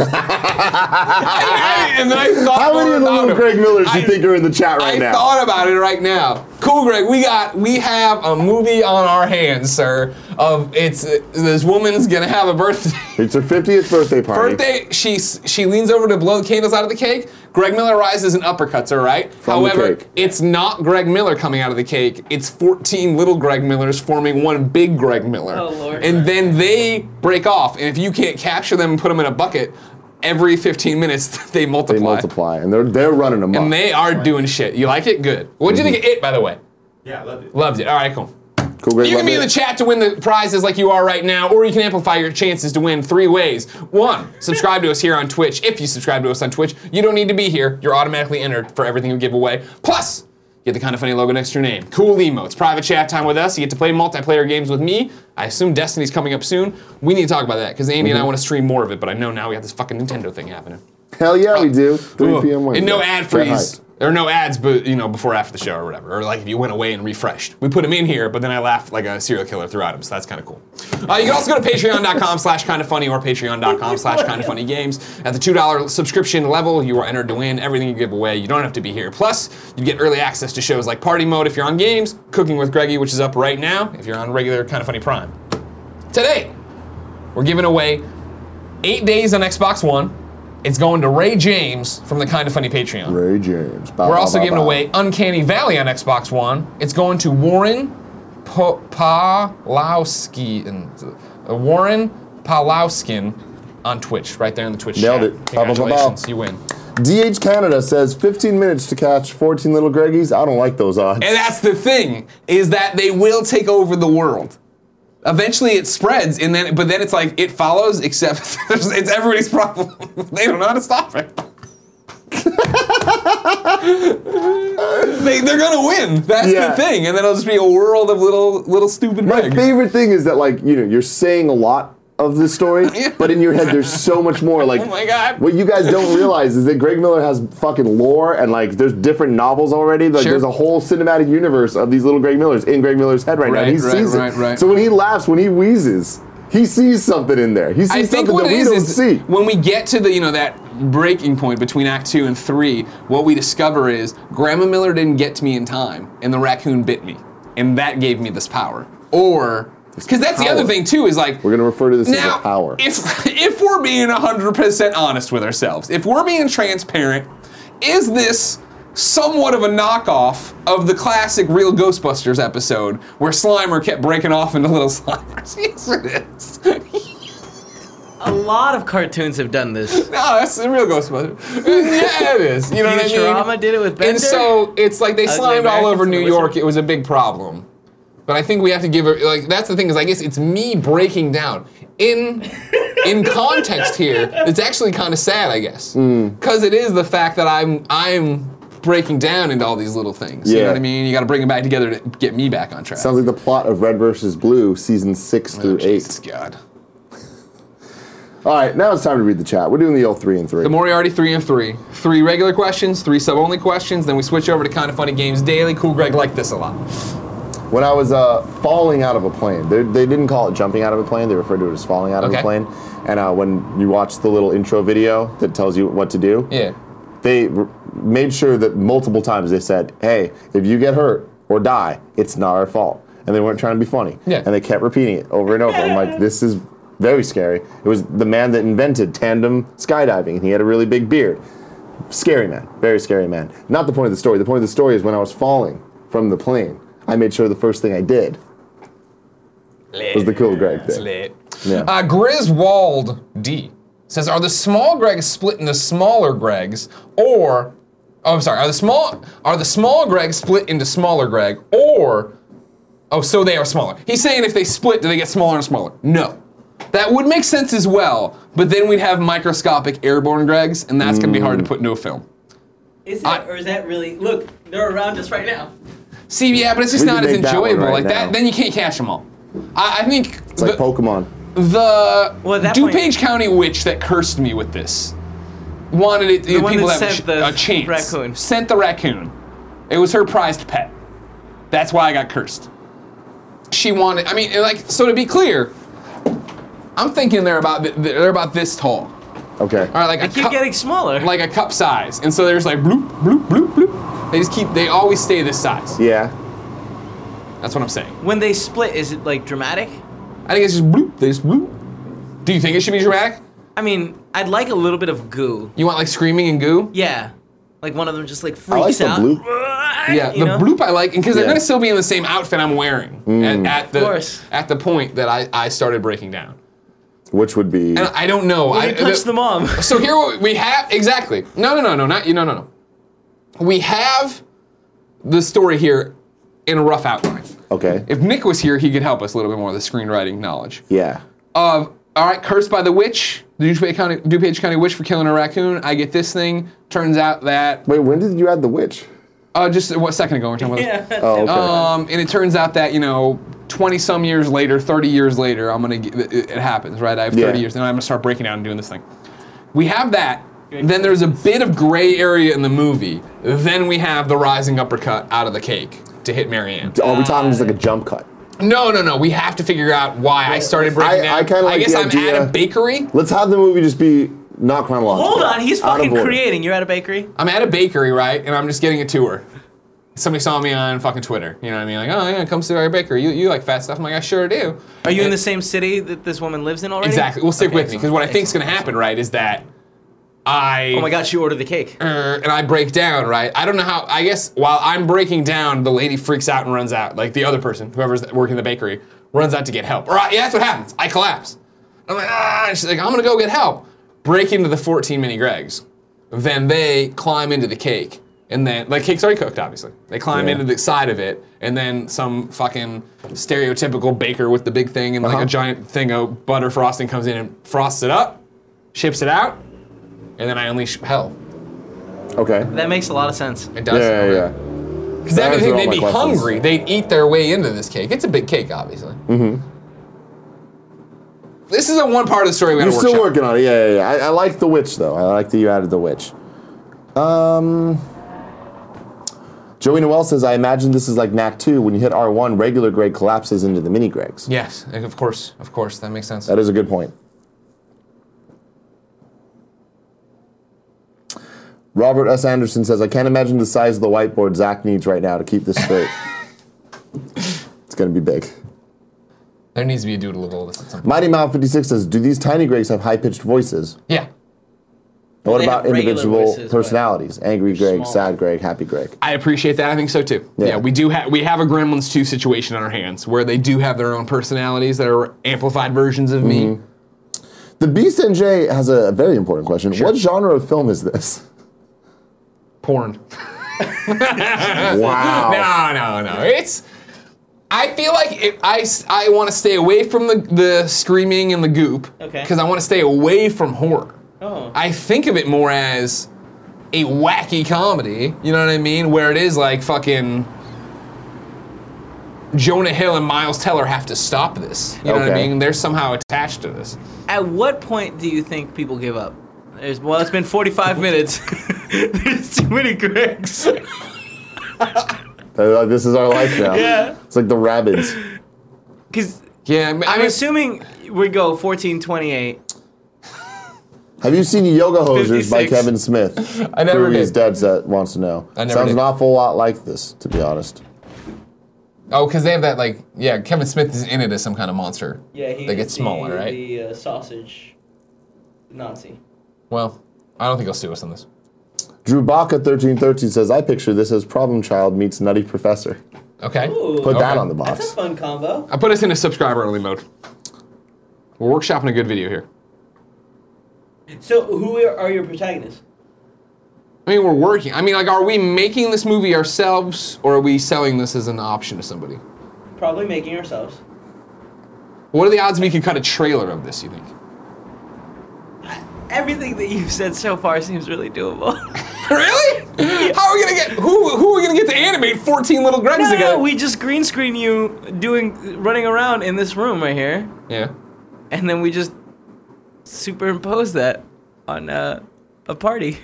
[SPEAKER 1] and I thought
[SPEAKER 2] how many
[SPEAKER 1] more
[SPEAKER 2] of the
[SPEAKER 1] about
[SPEAKER 2] little
[SPEAKER 1] it.
[SPEAKER 2] Greg Millers do
[SPEAKER 1] I-
[SPEAKER 2] you think are in the chat right
[SPEAKER 1] I
[SPEAKER 2] now?
[SPEAKER 1] thought about it right now. Cool, Greg. We got we have a movie on our hands, sir. Of it's this woman's gonna have a birthday.
[SPEAKER 2] it's her 50th birthday party.
[SPEAKER 1] Birthday. She s- she leans over to blow the candles out of the cake. Greg Miller rises and uppercuts her. Right.
[SPEAKER 2] the
[SPEAKER 1] However,
[SPEAKER 2] cake.
[SPEAKER 1] it's not Greg Miller coming out of the cake. It's 14 little Greg Millers forming one big Greg Miller.
[SPEAKER 6] Oh, Lord.
[SPEAKER 1] And then they break off. And if you can't capture them and put them in a bucket, every 15 minutes they multiply.
[SPEAKER 2] They multiply, and they're they're running them
[SPEAKER 1] And they are doing shit. You like it? Good. What'd you think
[SPEAKER 2] Mm-hmm.
[SPEAKER 1] of it, by the way?
[SPEAKER 7] Yeah, I loved it.
[SPEAKER 1] Loved it. All right, cool.
[SPEAKER 2] cool, Greg,
[SPEAKER 1] You can
[SPEAKER 2] love
[SPEAKER 1] be in
[SPEAKER 2] it.
[SPEAKER 1] the chat to win the prizes like you are right now, or you can amplify your chances to win three ways. One, subscribe to us here on Twitch. If you subscribe to us on Twitch, you don't need to be here. You're automatically entered for everything we give away. Plus, Get the kind of funny logo next to your name. Cool emotes. Private chat time with us. You get to play multiplayer games with me. I assume Destiny's coming up soon. We need to talk about that because Andy and I want to stream more of it, but I know now we have this fucking Nintendo thing happening.
[SPEAKER 2] Hell yeah, we do. 3 p.m.
[SPEAKER 1] And no
[SPEAKER 2] Wednesday.
[SPEAKER 1] ad
[SPEAKER 2] Get
[SPEAKER 1] freeze.
[SPEAKER 2] hyped.
[SPEAKER 1] Or no ads, but you know, before or after the show or whatever. Or like if you went away and refreshed. We put them in here, but then I laughed like a serial killer throughout them, so that's kind of cool. Uh, you can also go to patreon.com slash kind of funny or patreon.com slash kind of funny games. At the $2 subscription level, you are entered to win everything you give away. You don't have to be here. Plus, you get early access to shows like Party Mode if you're on games, Cooking with Greggy, which is up right now, if you're on regular kind of funny Prime. Today, we're giving away eight days on Xbox One. It's going to Ray James from the Kind of Funny Patreon.
[SPEAKER 2] Ray James. Ba,
[SPEAKER 1] We're
[SPEAKER 2] ba,
[SPEAKER 1] also
[SPEAKER 2] ba,
[SPEAKER 1] giving
[SPEAKER 2] ba.
[SPEAKER 1] away Uncanny Valley on Xbox One. It's going to Warren po- Palowski and uh, Warren Palowskin on Twitch, right there in the Twitch
[SPEAKER 2] Nailed
[SPEAKER 1] chat.
[SPEAKER 2] it. Ba, ba, ba, ba.
[SPEAKER 1] Congratulations, you win.
[SPEAKER 2] DH Canada says 15 minutes to catch 14 little Greggies. I don't like those odds.
[SPEAKER 1] And that's the thing is that they will take over the world. Eventually, it spreads, and then but then it's like it follows. Except there's- it's everybody's problem. they don't know how to stop it. they, they're gonna win. That's
[SPEAKER 2] Yeah.
[SPEAKER 1] the thing, and then it'll just be a world of little little stupid
[SPEAKER 2] My
[SPEAKER 1] pigs.
[SPEAKER 2] favorite thing is that like you know you're saying a lot of the story,
[SPEAKER 1] Yeah.
[SPEAKER 2] but in your head there's so much more. Like
[SPEAKER 1] Oh my God.
[SPEAKER 2] what you guys don't realize is that Greg Miller has fucking lore and like there's different novels already. Like
[SPEAKER 1] Sure.
[SPEAKER 2] there's a whole cinematic universe of these little Greg Millers in Greg Miller's head right, now.
[SPEAKER 1] Right,
[SPEAKER 2] and He
[SPEAKER 1] right,
[SPEAKER 2] sees
[SPEAKER 1] right,
[SPEAKER 2] it.
[SPEAKER 1] right.
[SPEAKER 2] So when he laughs, when he wheezes, he sees something in there. He sees
[SPEAKER 1] I think
[SPEAKER 2] something
[SPEAKER 1] what
[SPEAKER 2] that
[SPEAKER 1] it
[SPEAKER 2] we
[SPEAKER 1] is
[SPEAKER 2] don't
[SPEAKER 1] is
[SPEAKER 2] see.
[SPEAKER 1] when we get to the you know that breaking point between Act Two and Three, what we discover is Grandma Miller didn't get to me in time, and the raccoon bit me, and that gave me this power. Or because that's the other
[SPEAKER 2] power.
[SPEAKER 1] thing too is like
[SPEAKER 2] We're gonna refer to this
[SPEAKER 1] now
[SPEAKER 2] as a power.
[SPEAKER 1] if if we're being hundred percent honest with ourselves, if we're being transparent, is this somewhat of a knockoff of the classic Real Ghostbusters episode where Slimer kept breaking off into little Slimers? yes, it is.
[SPEAKER 3] A lot of cartoons have done this.
[SPEAKER 1] No, that's the real Ghostbuster. yeah, it is. You know what I mean?
[SPEAKER 3] Futurama did it with Bender.
[SPEAKER 1] and so it's like they slimed all
[SPEAKER 3] Americans
[SPEAKER 1] over
[SPEAKER 3] and the
[SPEAKER 1] New
[SPEAKER 3] Wizard.
[SPEAKER 1] York. It was a big problem. But I think we have to give it like that's the thing is I guess it's me breaking down in in context here. It's actually kind of sad, I guess,
[SPEAKER 2] Hmm.
[SPEAKER 1] because it is the fact that I'm I'm breaking down into all these little things. You know
[SPEAKER 2] Yeah.
[SPEAKER 1] what I mean? You got to bring them back together to get me back on track.
[SPEAKER 2] Sounds like the plot of Red versus Blue, season six through
[SPEAKER 1] Oh, Jesus
[SPEAKER 2] eight.
[SPEAKER 1] God.
[SPEAKER 2] All right, now it's time to read the chat. We're doing the old three and three.
[SPEAKER 1] The Moriarty three and three. Three regular questions, three sub only questions. Then we switch over to kind of funny games daily. Cool, Greg liked this a lot.
[SPEAKER 2] When I was uh, falling out of a plane, they, they didn't call it jumping out of a plane, they referred to it as falling out of
[SPEAKER 1] Okay.
[SPEAKER 2] a plane. And uh, when you watch the little intro video that tells you what to do,
[SPEAKER 1] Yeah.
[SPEAKER 2] they r made sure that multiple times they said, hey, if you get hurt or die, it's not our fault. And they weren't trying to be funny.
[SPEAKER 1] Yeah.
[SPEAKER 2] And they kept repeating it over and over. I'm like, this is very scary. It was the man that invented tandem skydiving, and he had a really big beard. Scary man, very scary man. Not the point of the story. The point of the story is when I was falling from the plane, I made sure the first thing I did was the cool Greg
[SPEAKER 1] It's
[SPEAKER 2] thing.
[SPEAKER 1] lit.
[SPEAKER 2] Yeah.
[SPEAKER 1] Uh, Griswold D says, "Are the small Gregs split into smaller Gregs, or oh, I'm sorry, are the small are the small Gregs split into smaller Greg, or oh, so they are smaller? He's saying if they split, do they get smaller and smaller? No." That would make sense as well, but then we'd have microscopic airborne Gregs, and that's gonna be hard to put into a film.
[SPEAKER 6] Is
[SPEAKER 1] I-
[SPEAKER 6] that or is that really? Look, they're around us right now.
[SPEAKER 1] See, yeah, but it's just
[SPEAKER 2] We
[SPEAKER 1] not
[SPEAKER 2] can
[SPEAKER 1] as
[SPEAKER 2] make that one
[SPEAKER 1] enjoyable.
[SPEAKER 2] right
[SPEAKER 1] like that,
[SPEAKER 2] now.
[SPEAKER 1] then you can't catch them all. I, I think
[SPEAKER 2] It's like Pokemon.
[SPEAKER 1] the
[SPEAKER 6] Well, at that
[SPEAKER 1] DuPage
[SPEAKER 6] point-
[SPEAKER 1] County witch that cursed me with this wanted it. The
[SPEAKER 6] one
[SPEAKER 1] people
[SPEAKER 6] that
[SPEAKER 1] to have
[SPEAKER 6] sent
[SPEAKER 1] a, ch-
[SPEAKER 6] the
[SPEAKER 1] a chance.
[SPEAKER 6] raccoon.
[SPEAKER 1] Sent the raccoon. It was her prized pet. That's why I got cursed. She wanted. I mean, like, so to be clear, I'm thinking they're about th- they're about this tall.
[SPEAKER 2] Okay.
[SPEAKER 1] All right, like
[SPEAKER 6] They
[SPEAKER 1] a
[SPEAKER 6] keep
[SPEAKER 1] cup-
[SPEAKER 6] getting smaller.
[SPEAKER 1] like a cup size, and so there's like bloop bloop bloop bloop. They just keep. They always stay this size.
[SPEAKER 2] Yeah.
[SPEAKER 1] That's what I'm saying.
[SPEAKER 6] when they split, is it like dramatic?
[SPEAKER 1] I think it's just bloop. They just bloop. Do you think it should be dramatic?
[SPEAKER 6] I mean, I'd like a little bit of goo.
[SPEAKER 1] You want like screaming and goo?
[SPEAKER 6] Yeah, like one of them just like freaks
[SPEAKER 2] I like the
[SPEAKER 6] out.
[SPEAKER 2] blue.
[SPEAKER 1] Yeah,
[SPEAKER 6] you
[SPEAKER 1] the
[SPEAKER 6] know?
[SPEAKER 1] bloop I like, because I'm
[SPEAKER 2] Yeah.
[SPEAKER 1] gonna still be in the same outfit I'm wearing at, at the
[SPEAKER 6] course.
[SPEAKER 1] at the point that I, I started breaking down.
[SPEAKER 2] Which would be.
[SPEAKER 1] And I don't know. I,
[SPEAKER 6] They touch the mom.
[SPEAKER 1] So here what we have exactly. No, no, no, no, not you. No, no, no. We have the story here in a rough outline.
[SPEAKER 2] Okay.
[SPEAKER 1] If Nick was here, he could help us a little bit more with the screenwriting knowledge.
[SPEAKER 2] Yeah.
[SPEAKER 1] Of all right, cursed by the witch, the DuPage County, DuPage County witch for killing a raccoon. I get this thing. Turns out that
[SPEAKER 2] Wait, when did you add the witch?
[SPEAKER 1] Uh, just what a second ago we were talking about this.
[SPEAKER 3] Yeah.
[SPEAKER 2] Oh, okay.
[SPEAKER 1] Um, and it turns out that you know, twenty some years later, thirty years later, I'm gonna. Get, it, it happens, right? I have thirty
[SPEAKER 2] Yeah.
[SPEAKER 1] years, and I'm gonna start breaking down and doing this thing. We have that. Then there's a bit of gray area in the movie. Then we have the rising uppercut out of the cake to hit Marianne.
[SPEAKER 2] Are we talking just like a jump cut?
[SPEAKER 1] No, no, no. We have to figure out why I started breaking
[SPEAKER 2] I-
[SPEAKER 1] down.
[SPEAKER 2] I kinda like
[SPEAKER 1] guess
[SPEAKER 2] the
[SPEAKER 1] I'm at
[SPEAKER 2] idea-
[SPEAKER 1] a bakery.
[SPEAKER 2] Let's have the movie just be not chronological.
[SPEAKER 3] Hold on, he's
[SPEAKER 2] Out of
[SPEAKER 3] fucking
[SPEAKER 2] order.
[SPEAKER 3] creating. You're at a bakery.
[SPEAKER 1] I'm at a bakery, right? And I'm just getting a tour. Somebody saw me on fucking Twitter. You know what I mean? Like, oh yeah, come see our bakery. You, you like fat stuff? I'm like, I sure do.
[SPEAKER 3] Are you in
[SPEAKER 1] And-
[SPEAKER 3] the same city that this woman lives in already?
[SPEAKER 1] Exactly. We'll stick
[SPEAKER 3] Okay,
[SPEAKER 1] with me because what I
[SPEAKER 3] excellent,
[SPEAKER 1] think's gonna happen, right, is that I
[SPEAKER 3] Oh my god, she ordered the cake.
[SPEAKER 1] "Er," and I break down, right? I don't know how. I guess while I'm breaking down, the lady freaks out and runs out. Like the other person, whoever's working the bakery, runs out to get help. Or I, yeah, that's what happens. I collapse. I'm like, ah. and she's like, I'm gonna go get help. Break into the 14 mini Gregs. Then they climb into the cake, and then like cake's already cooked, obviously. They climb
[SPEAKER 2] Yeah.
[SPEAKER 1] into the side of it, and then some fucking stereotypical baker with the big thing and like
[SPEAKER 2] Uh-huh.
[SPEAKER 1] a giant thing of butter frosting comes in and frosts it up, ships it out, and then I unleash hell.
[SPEAKER 2] Okay.
[SPEAKER 3] That makes a lot of sense.
[SPEAKER 1] It
[SPEAKER 2] Yeah,
[SPEAKER 1] does.
[SPEAKER 2] yeah, yeah.
[SPEAKER 1] Because that'd be the thing,
[SPEAKER 2] Those are all
[SPEAKER 1] they'd
[SPEAKER 2] my
[SPEAKER 1] be
[SPEAKER 2] questions.
[SPEAKER 1] hungry. They'd eat their way into this cake. It's a big cake, obviously. Mm-hmm. This is a one part of the story we
[SPEAKER 2] You're
[SPEAKER 1] gotta
[SPEAKER 2] still
[SPEAKER 1] workshop.
[SPEAKER 2] working on it. Yeah, yeah, yeah. I, I like the witch though. I like that you added the witch. Um. Joey Noel says, I imagine this is like NAC 2. When you hit R1, regular Greg collapses into the mini Gregs.
[SPEAKER 1] Yes, of course, of course, that makes sense.
[SPEAKER 2] That is a good point. Robert S. Anderson says, I can't imagine the size of the whiteboard Zach needs right now to keep this straight. it's going to be big.
[SPEAKER 1] There needs to be a doodle of all this at some point.
[SPEAKER 2] Mighty Mouth 56 says, Do these tiny Gregs have high pitched voices?
[SPEAKER 1] Yeah.
[SPEAKER 2] And what
[SPEAKER 3] They have
[SPEAKER 2] about
[SPEAKER 3] regular
[SPEAKER 2] individual
[SPEAKER 3] voices, but-
[SPEAKER 2] personalities? Angry Greg,
[SPEAKER 3] small.
[SPEAKER 2] sad Greg, happy Greg.
[SPEAKER 1] I appreciate that. I think so too. Yeah,
[SPEAKER 2] Yeah.
[SPEAKER 1] we do have we have a Gremlins 2 situation on our hands where they do have their own personalities that are amplified versions of me.
[SPEAKER 2] Mm-hmm. The Beast and Jay has a very important question. What genre of film is this?
[SPEAKER 1] Porn.
[SPEAKER 2] wow.
[SPEAKER 1] No, no, no. It's. I feel like it, I, want to stay away from the, the screaming and the goop.
[SPEAKER 3] Okay.
[SPEAKER 1] Because I want to stay away from horror.
[SPEAKER 3] Oh.
[SPEAKER 1] I think of it more as a wacky comedy, you know what I mean? Where it is like fucking. Jonah Hill and Miles Teller have to stop this. You know what I
[SPEAKER 2] Okay.
[SPEAKER 1] mean? They're somehow attached to this.
[SPEAKER 3] At what point do you think people give up? There's, well, it's been 45 minutes. There's too many Gregs.
[SPEAKER 2] Uh, this is our life now. yeah. It's like the rabbits.
[SPEAKER 3] Because
[SPEAKER 1] Yeah, I mean, I
[SPEAKER 3] I'm
[SPEAKER 1] mean-
[SPEAKER 3] assuming we go 14, 28.
[SPEAKER 2] Have you seen Yoga Hosers by
[SPEAKER 3] 56.
[SPEAKER 2] Kevin Smith?
[SPEAKER 1] I never
[SPEAKER 2] Who is
[SPEAKER 1] did.
[SPEAKER 2] dead set wants to know.
[SPEAKER 1] I never
[SPEAKER 2] Sounds
[SPEAKER 1] did.
[SPEAKER 2] an awful lot like this, to be honest.
[SPEAKER 1] Oh, because they have that like, yeah, Kevin Smith is in it as some kind of monster. they get smaller, right?
[SPEAKER 3] The uh, sausage Nazi.
[SPEAKER 1] Well, I don't think he'll sue us on this.
[SPEAKER 2] Drew Baca 1313 says, I picture this as Problem Child meets Nutty Professor.
[SPEAKER 1] Okay.
[SPEAKER 2] Put that
[SPEAKER 1] Okay.
[SPEAKER 2] on the box.
[SPEAKER 3] fun combo.
[SPEAKER 1] I put us in a subscriber only mode. We're workshopping a good video here.
[SPEAKER 3] So, who are your protagonists?
[SPEAKER 1] I mean, we're working. I mean, like, are we making this movie ourselves, or are we selling this as an option to somebody?
[SPEAKER 3] Probably making ourselves.
[SPEAKER 1] What are the odds we could cut a trailer of this? You think?
[SPEAKER 3] Everything that you've said so far seems really doable.
[SPEAKER 1] really? How are we gonna get who? Who are we gonna get to animate 14 little Gregs
[SPEAKER 3] no, no,
[SPEAKER 1] together?
[SPEAKER 3] no, we just green screen you doing running around in this room right here,
[SPEAKER 1] yeah.
[SPEAKER 3] and then we just superimpose that on uh, a party.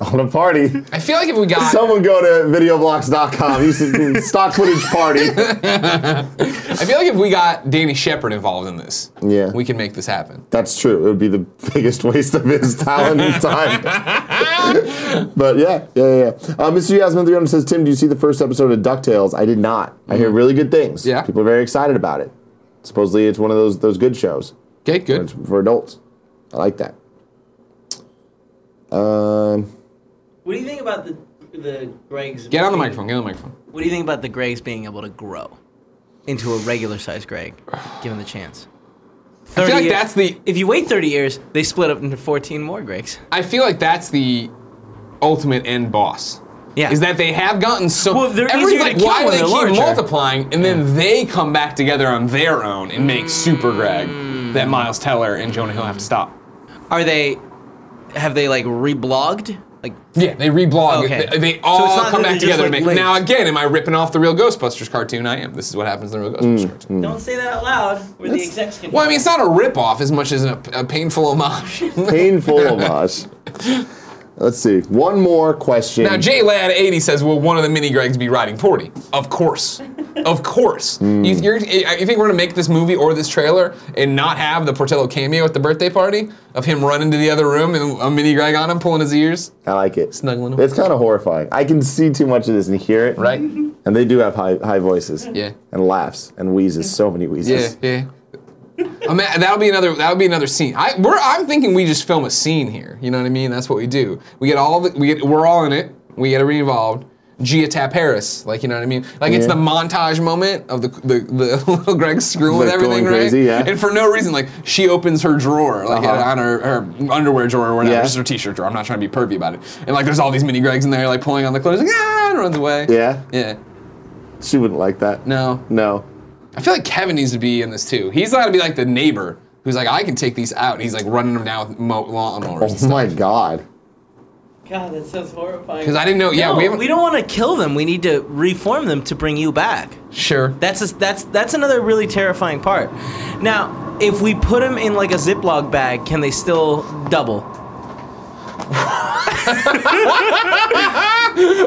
[SPEAKER 2] On a party.
[SPEAKER 1] I feel like if we got,
[SPEAKER 2] Someone go to videoblocks.com. Use the stock footage party.
[SPEAKER 1] I feel like if we got Danny Shepard involved in this,
[SPEAKER 2] Yeah.
[SPEAKER 1] we can make this happen.
[SPEAKER 2] That's true. It would be the biggest waste of his talent and time. but yeah, yeah, yeah. yeah. Uh, Mr. Yasmin 300 says, Tim, do you see the first episode of DuckTales? I did not. I hear really good things.
[SPEAKER 1] Mm-hmm. Yeah.
[SPEAKER 2] People are very excited about it. Supposedly it's one of those those good shows.
[SPEAKER 1] Okay,
[SPEAKER 2] It's
[SPEAKER 1] good.
[SPEAKER 2] for adults. I like that. Um,
[SPEAKER 6] What do you think about the the Greg's?
[SPEAKER 1] Get on the microphone. Get on the microphone.
[SPEAKER 3] What do you think about the Gregs being able to grow into a regular sized Greg, given the chance?
[SPEAKER 1] I
[SPEAKER 3] 30
[SPEAKER 1] feel like
[SPEAKER 3] years-
[SPEAKER 1] that's the
[SPEAKER 3] If you wait 30 years, they split up into 14 more Gregs.
[SPEAKER 1] I feel like that's the ultimate end boss.
[SPEAKER 3] Yeah.
[SPEAKER 1] Is that they have gotten so
[SPEAKER 3] Well, they're
[SPEAKER 1] everyone's
[SPEAKER 3] easier to
[SPEAKER 1] like,
[SPEAKER 3] kill
[SPEAKER 1] why do
[SPEAKER 3] when
[SPEAKER 1] they
[SPEAKER 3] they're
[SPEAKER 1] keep
[SPEAKER 3] larger."
[SPEAKER 1] multiplying? And then they come back together on their own and
[SPEAKER 3] Mm.
[SPEAKER 1] make Super Greg that Miles Teller and Jonah Hill have to stop.
[SPEAKER 3] Are they? Have they like reblogged? Like,
[SPEAKER 1] Yeah, they reblog.
[SPEAKER 3] Okay.
[SPEAKER 1] They, they
[SPEAKER 3] So
[SPEAKER 1] all
[SPEAKER 3] it's not
[SPEAKER 1] come
[SPEAKER 3] that
[SPEAKER 1] back
[SPEAKER 3] they're just,
[SPEAKER 1] together
[SPEAKER 3] like,
[SPEAKER 1] to make. Now
[SPEAKER 3] linked.
[SPEAKER 1] again, am I ripping off the real Ghostbusters cartoon? I am. This is what happens in the real Ghostbusters cartoon.
[SPEAKER 6] Don't say that out loud, where the execs can.
[SPEAKER 1] Hmm. Well, I mean, it's not a rip off as much as a, a painful homage.
[SPEAKER 2] Painful homage. Let's see. One more question.
[SPEAKER 1] Now, Jay Ladd 80 says, Will one of the mini Gregs be riding Porty? Of course. Of course. You, you're, you think we're going to make this movie or this trailer and not have the Portillo cameo at the birthday party of him running to the other room and a mini Greg on him pulling his ears?
[SPEAKER 2] I like it.
[SPEAKER 1] Snuggling him.
[SPEAKER 2] It's kind of horrifying. I can see too much of this and hear it.
[SPEAKER 1] Right?
[SPEAKER 2] And they do have high high voices.
[SPEAKER 1] Yeah.
[SPEAKER 2] And laughs and wheezes. So many
[SPEAKER 1] Yeah,
[SPEAKER 2] wheezes.
[SPEAKER 1] yeah. I mean, that'll be another. That'll be another scene. I, we're, I'm thinking we just film a scene here. You know what I mean? That's what we do. We get all the. We get. We're all in it. We get everybody involved. Gia Tap Harris, like you know what I mean? Like it's
[SPEAKER 2] Yeah.
[SPEAKER 1] the montage moment of the the, the little Greg screwing with
[SPEAKER 2] Like
[SPEAKER 1] everything,
[SPEAKER 2] going
[SPEAKER 1] right?
[SPEAKER 2] crazy, yeah.
[SPEAKER 1] And for no reason, like she opens her drawer, like
[SPEAKER 2] Uh-huh.
[SPEAKER 1] on her, her underwear drawer or whatever,
[SPEAKER 2] Yeah.
[SPEAKER 1] just her t-shirt drawer. I'm not trying to be pervy about it. And like there's all these mini Gregs in there, like pulling on the clothes, like ah, and runs away.
[SPEAKER 2] Yeah.
[SPEAKER 1] Yeah.
[SPEAKER 2] She wouldn't like that.
[SPEAKER 1] No.
[SPEAKER 2] No.
[SPEAKER 1] I feel like Kevin needs to be in this too. He's got to be like the neighbor who's like, I can take these out. And he's like running them down with mo- lawnmowers.
[SPEAKER 2] Oh my god.
[SPEAKER 6] God, that sounds horrifying.
[SPEAKER 1] Because I didn't know. Yeah,
[SPEAKER 3] no,
[SPEAKER 1] we
[SPEAKER 3] we,
[SPEAKER 1] haven't.
[SPEAKER 3] don't want to kill them. We need to reform them to bring you back.
[SPEAKER 1] Sure.
[SPEAKER 3] That's a, that's that's another really terrifying part. Now, if we put them in like a Ziploc bag, can they still double?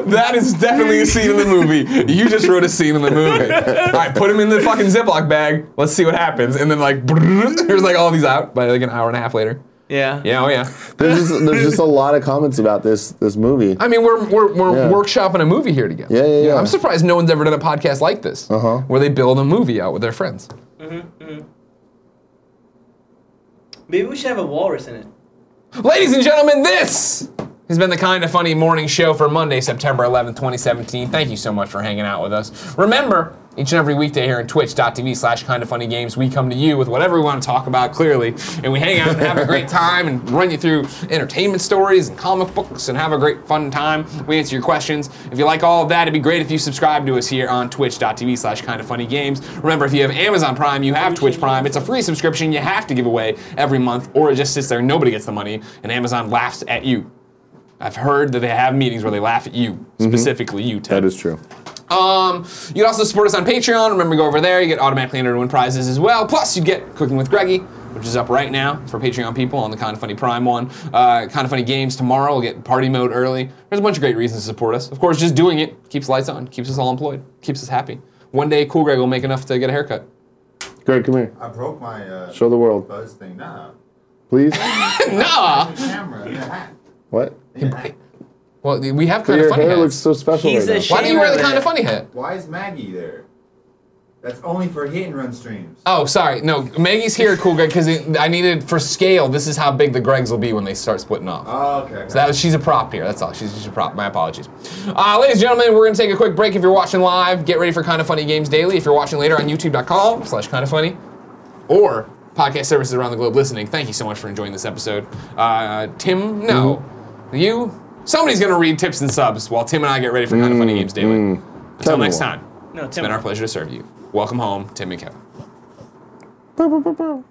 [SPEAKER 1] That is definitely a scene in the movie. You just wrote a scene in the movie. All right, put him in the fucking Ziploc bag. Let's see what happens. And then like, there's like all these out by like an hour and a half later.
[SPEAKER 3] Yeah.
[SPEAKER 1] Yeah, oh yeah.
[SPEAKER 2] There's just, there's just a lot of comments about this this movie.
[SPEAKER 1] I mean, we're we're, we're
[SPEAKER 2] Yeah.
[SPEAKER 1] workshopping a movie here together.
[SPEAKER 2] Yeah, yeah, yeah.
[SPEAKER 1] I'm surprised no one's ever done a podcast like this, uh-huh. where they build a movie out with their friends.
[SPEAKER 6] Maybe we should have a walrus in it.
[SPEAKER 1] Ladies and gentlemen, this has been the kind of funny morning show for Monday, September 11th, 2017. Thank you so much for hanging out with us. Remember, each and every weekday here on twitch.tv slash kind of funny games, we come to you with whatever we want to talk about clearly, and we hang out and have a great time and run you through entertainment stories and comic books and have a great fun time. We answer your questions. If you like all of that, it'd be great if you subscribe to us here on twitch.tv slash kind of funny games. Remember, if you have Amazon Prime, you have Twitch Prime. It's a free subscription you have to give away every month, or it just sits there and nobody gets the money, and Amazon laughs at you. I've heard that they have meetings where they laugh at you, specifically you, Ted.
[SPEAKER 2] that is true.
[SPEAKER 1] Um, you can also support us on Patreon. Remember, go over there. You get automatically entered to win prizes as well. Plus, you get Cooking with Greggy, which is up right now for Patreon people on the Kind of Funny Prime one. Uh, kind of Funny Games tomorrow. We'll get Party Mode early. There's a bunch of great reasons to support us. Of course, just doing it keeps the lights on, keeps us all employed, keeps us happy. One day, Cool Greg will make enough to get a haircut.
[SPEAKER 2] Greg, come here.
[SPEAKER 8] I broke my uh,
[SPEAKER 2] Show the world,
[SPEAKER 8] buzz thing. Nah,
[SPEAKER 2] please.
[SPEAKER 1] nah.
[SPEAKER 8] the camera, the hat.
[SPEAKER 2] what?
[SPEAKER 1] Well, we have kind of
[SPEAKER 2] Your
[SPEAKER 1] funny
[SPEAKER 2] hair
[SPEAKER 1] hats.
[SPEAKER 2] looks so special
[SPEAKER 6] He's
[SPEAKER 2] right
[SPEAKER 6] a
[SPEAKER 1] Why do you wear the
[SPEAKER 6] Shame
[SPEAKER 1] kind
[SPEAKER 6] on
[SPEAKER 1] of funny hat?
[SPEAKER 8] Why is Maggie there? That's only for hit and run streams.
[SPEAKER 1] Oh, sorry. No, Maggie's here, Cool Greg, because I needed for scale. This is how big the Gregs will be when they start splitting off.
[SPEAKER 8] Oh, okay.
[SPEAKER 1] So that was, she's a prop here. That's all. She's just a prop. My apologies. Uh, ladies and gentlemen, we're going to take a quick break. If you're watching live, get ready for Kind of Funny Games Daily. If you're watching later on youtube.com slash kind of funny or podcast services around the globe listening, thank you so much for enjoying this episode. Uh, Tim, no. You? Somebody's going to read tips and subs while Tim and I get ready for Kind of Funny Games Daily. Until
[SPEAKER 2] Tim
[SPEAKER 1] next
[SPEAKER 2] will.
[SPEAKER 1] time,
[SPEAKER 6] No,
[SPEAKER 1] it's been our pleasure to serve you. Welcome home, Tim and Kevin.
[SPEAKER 2] now.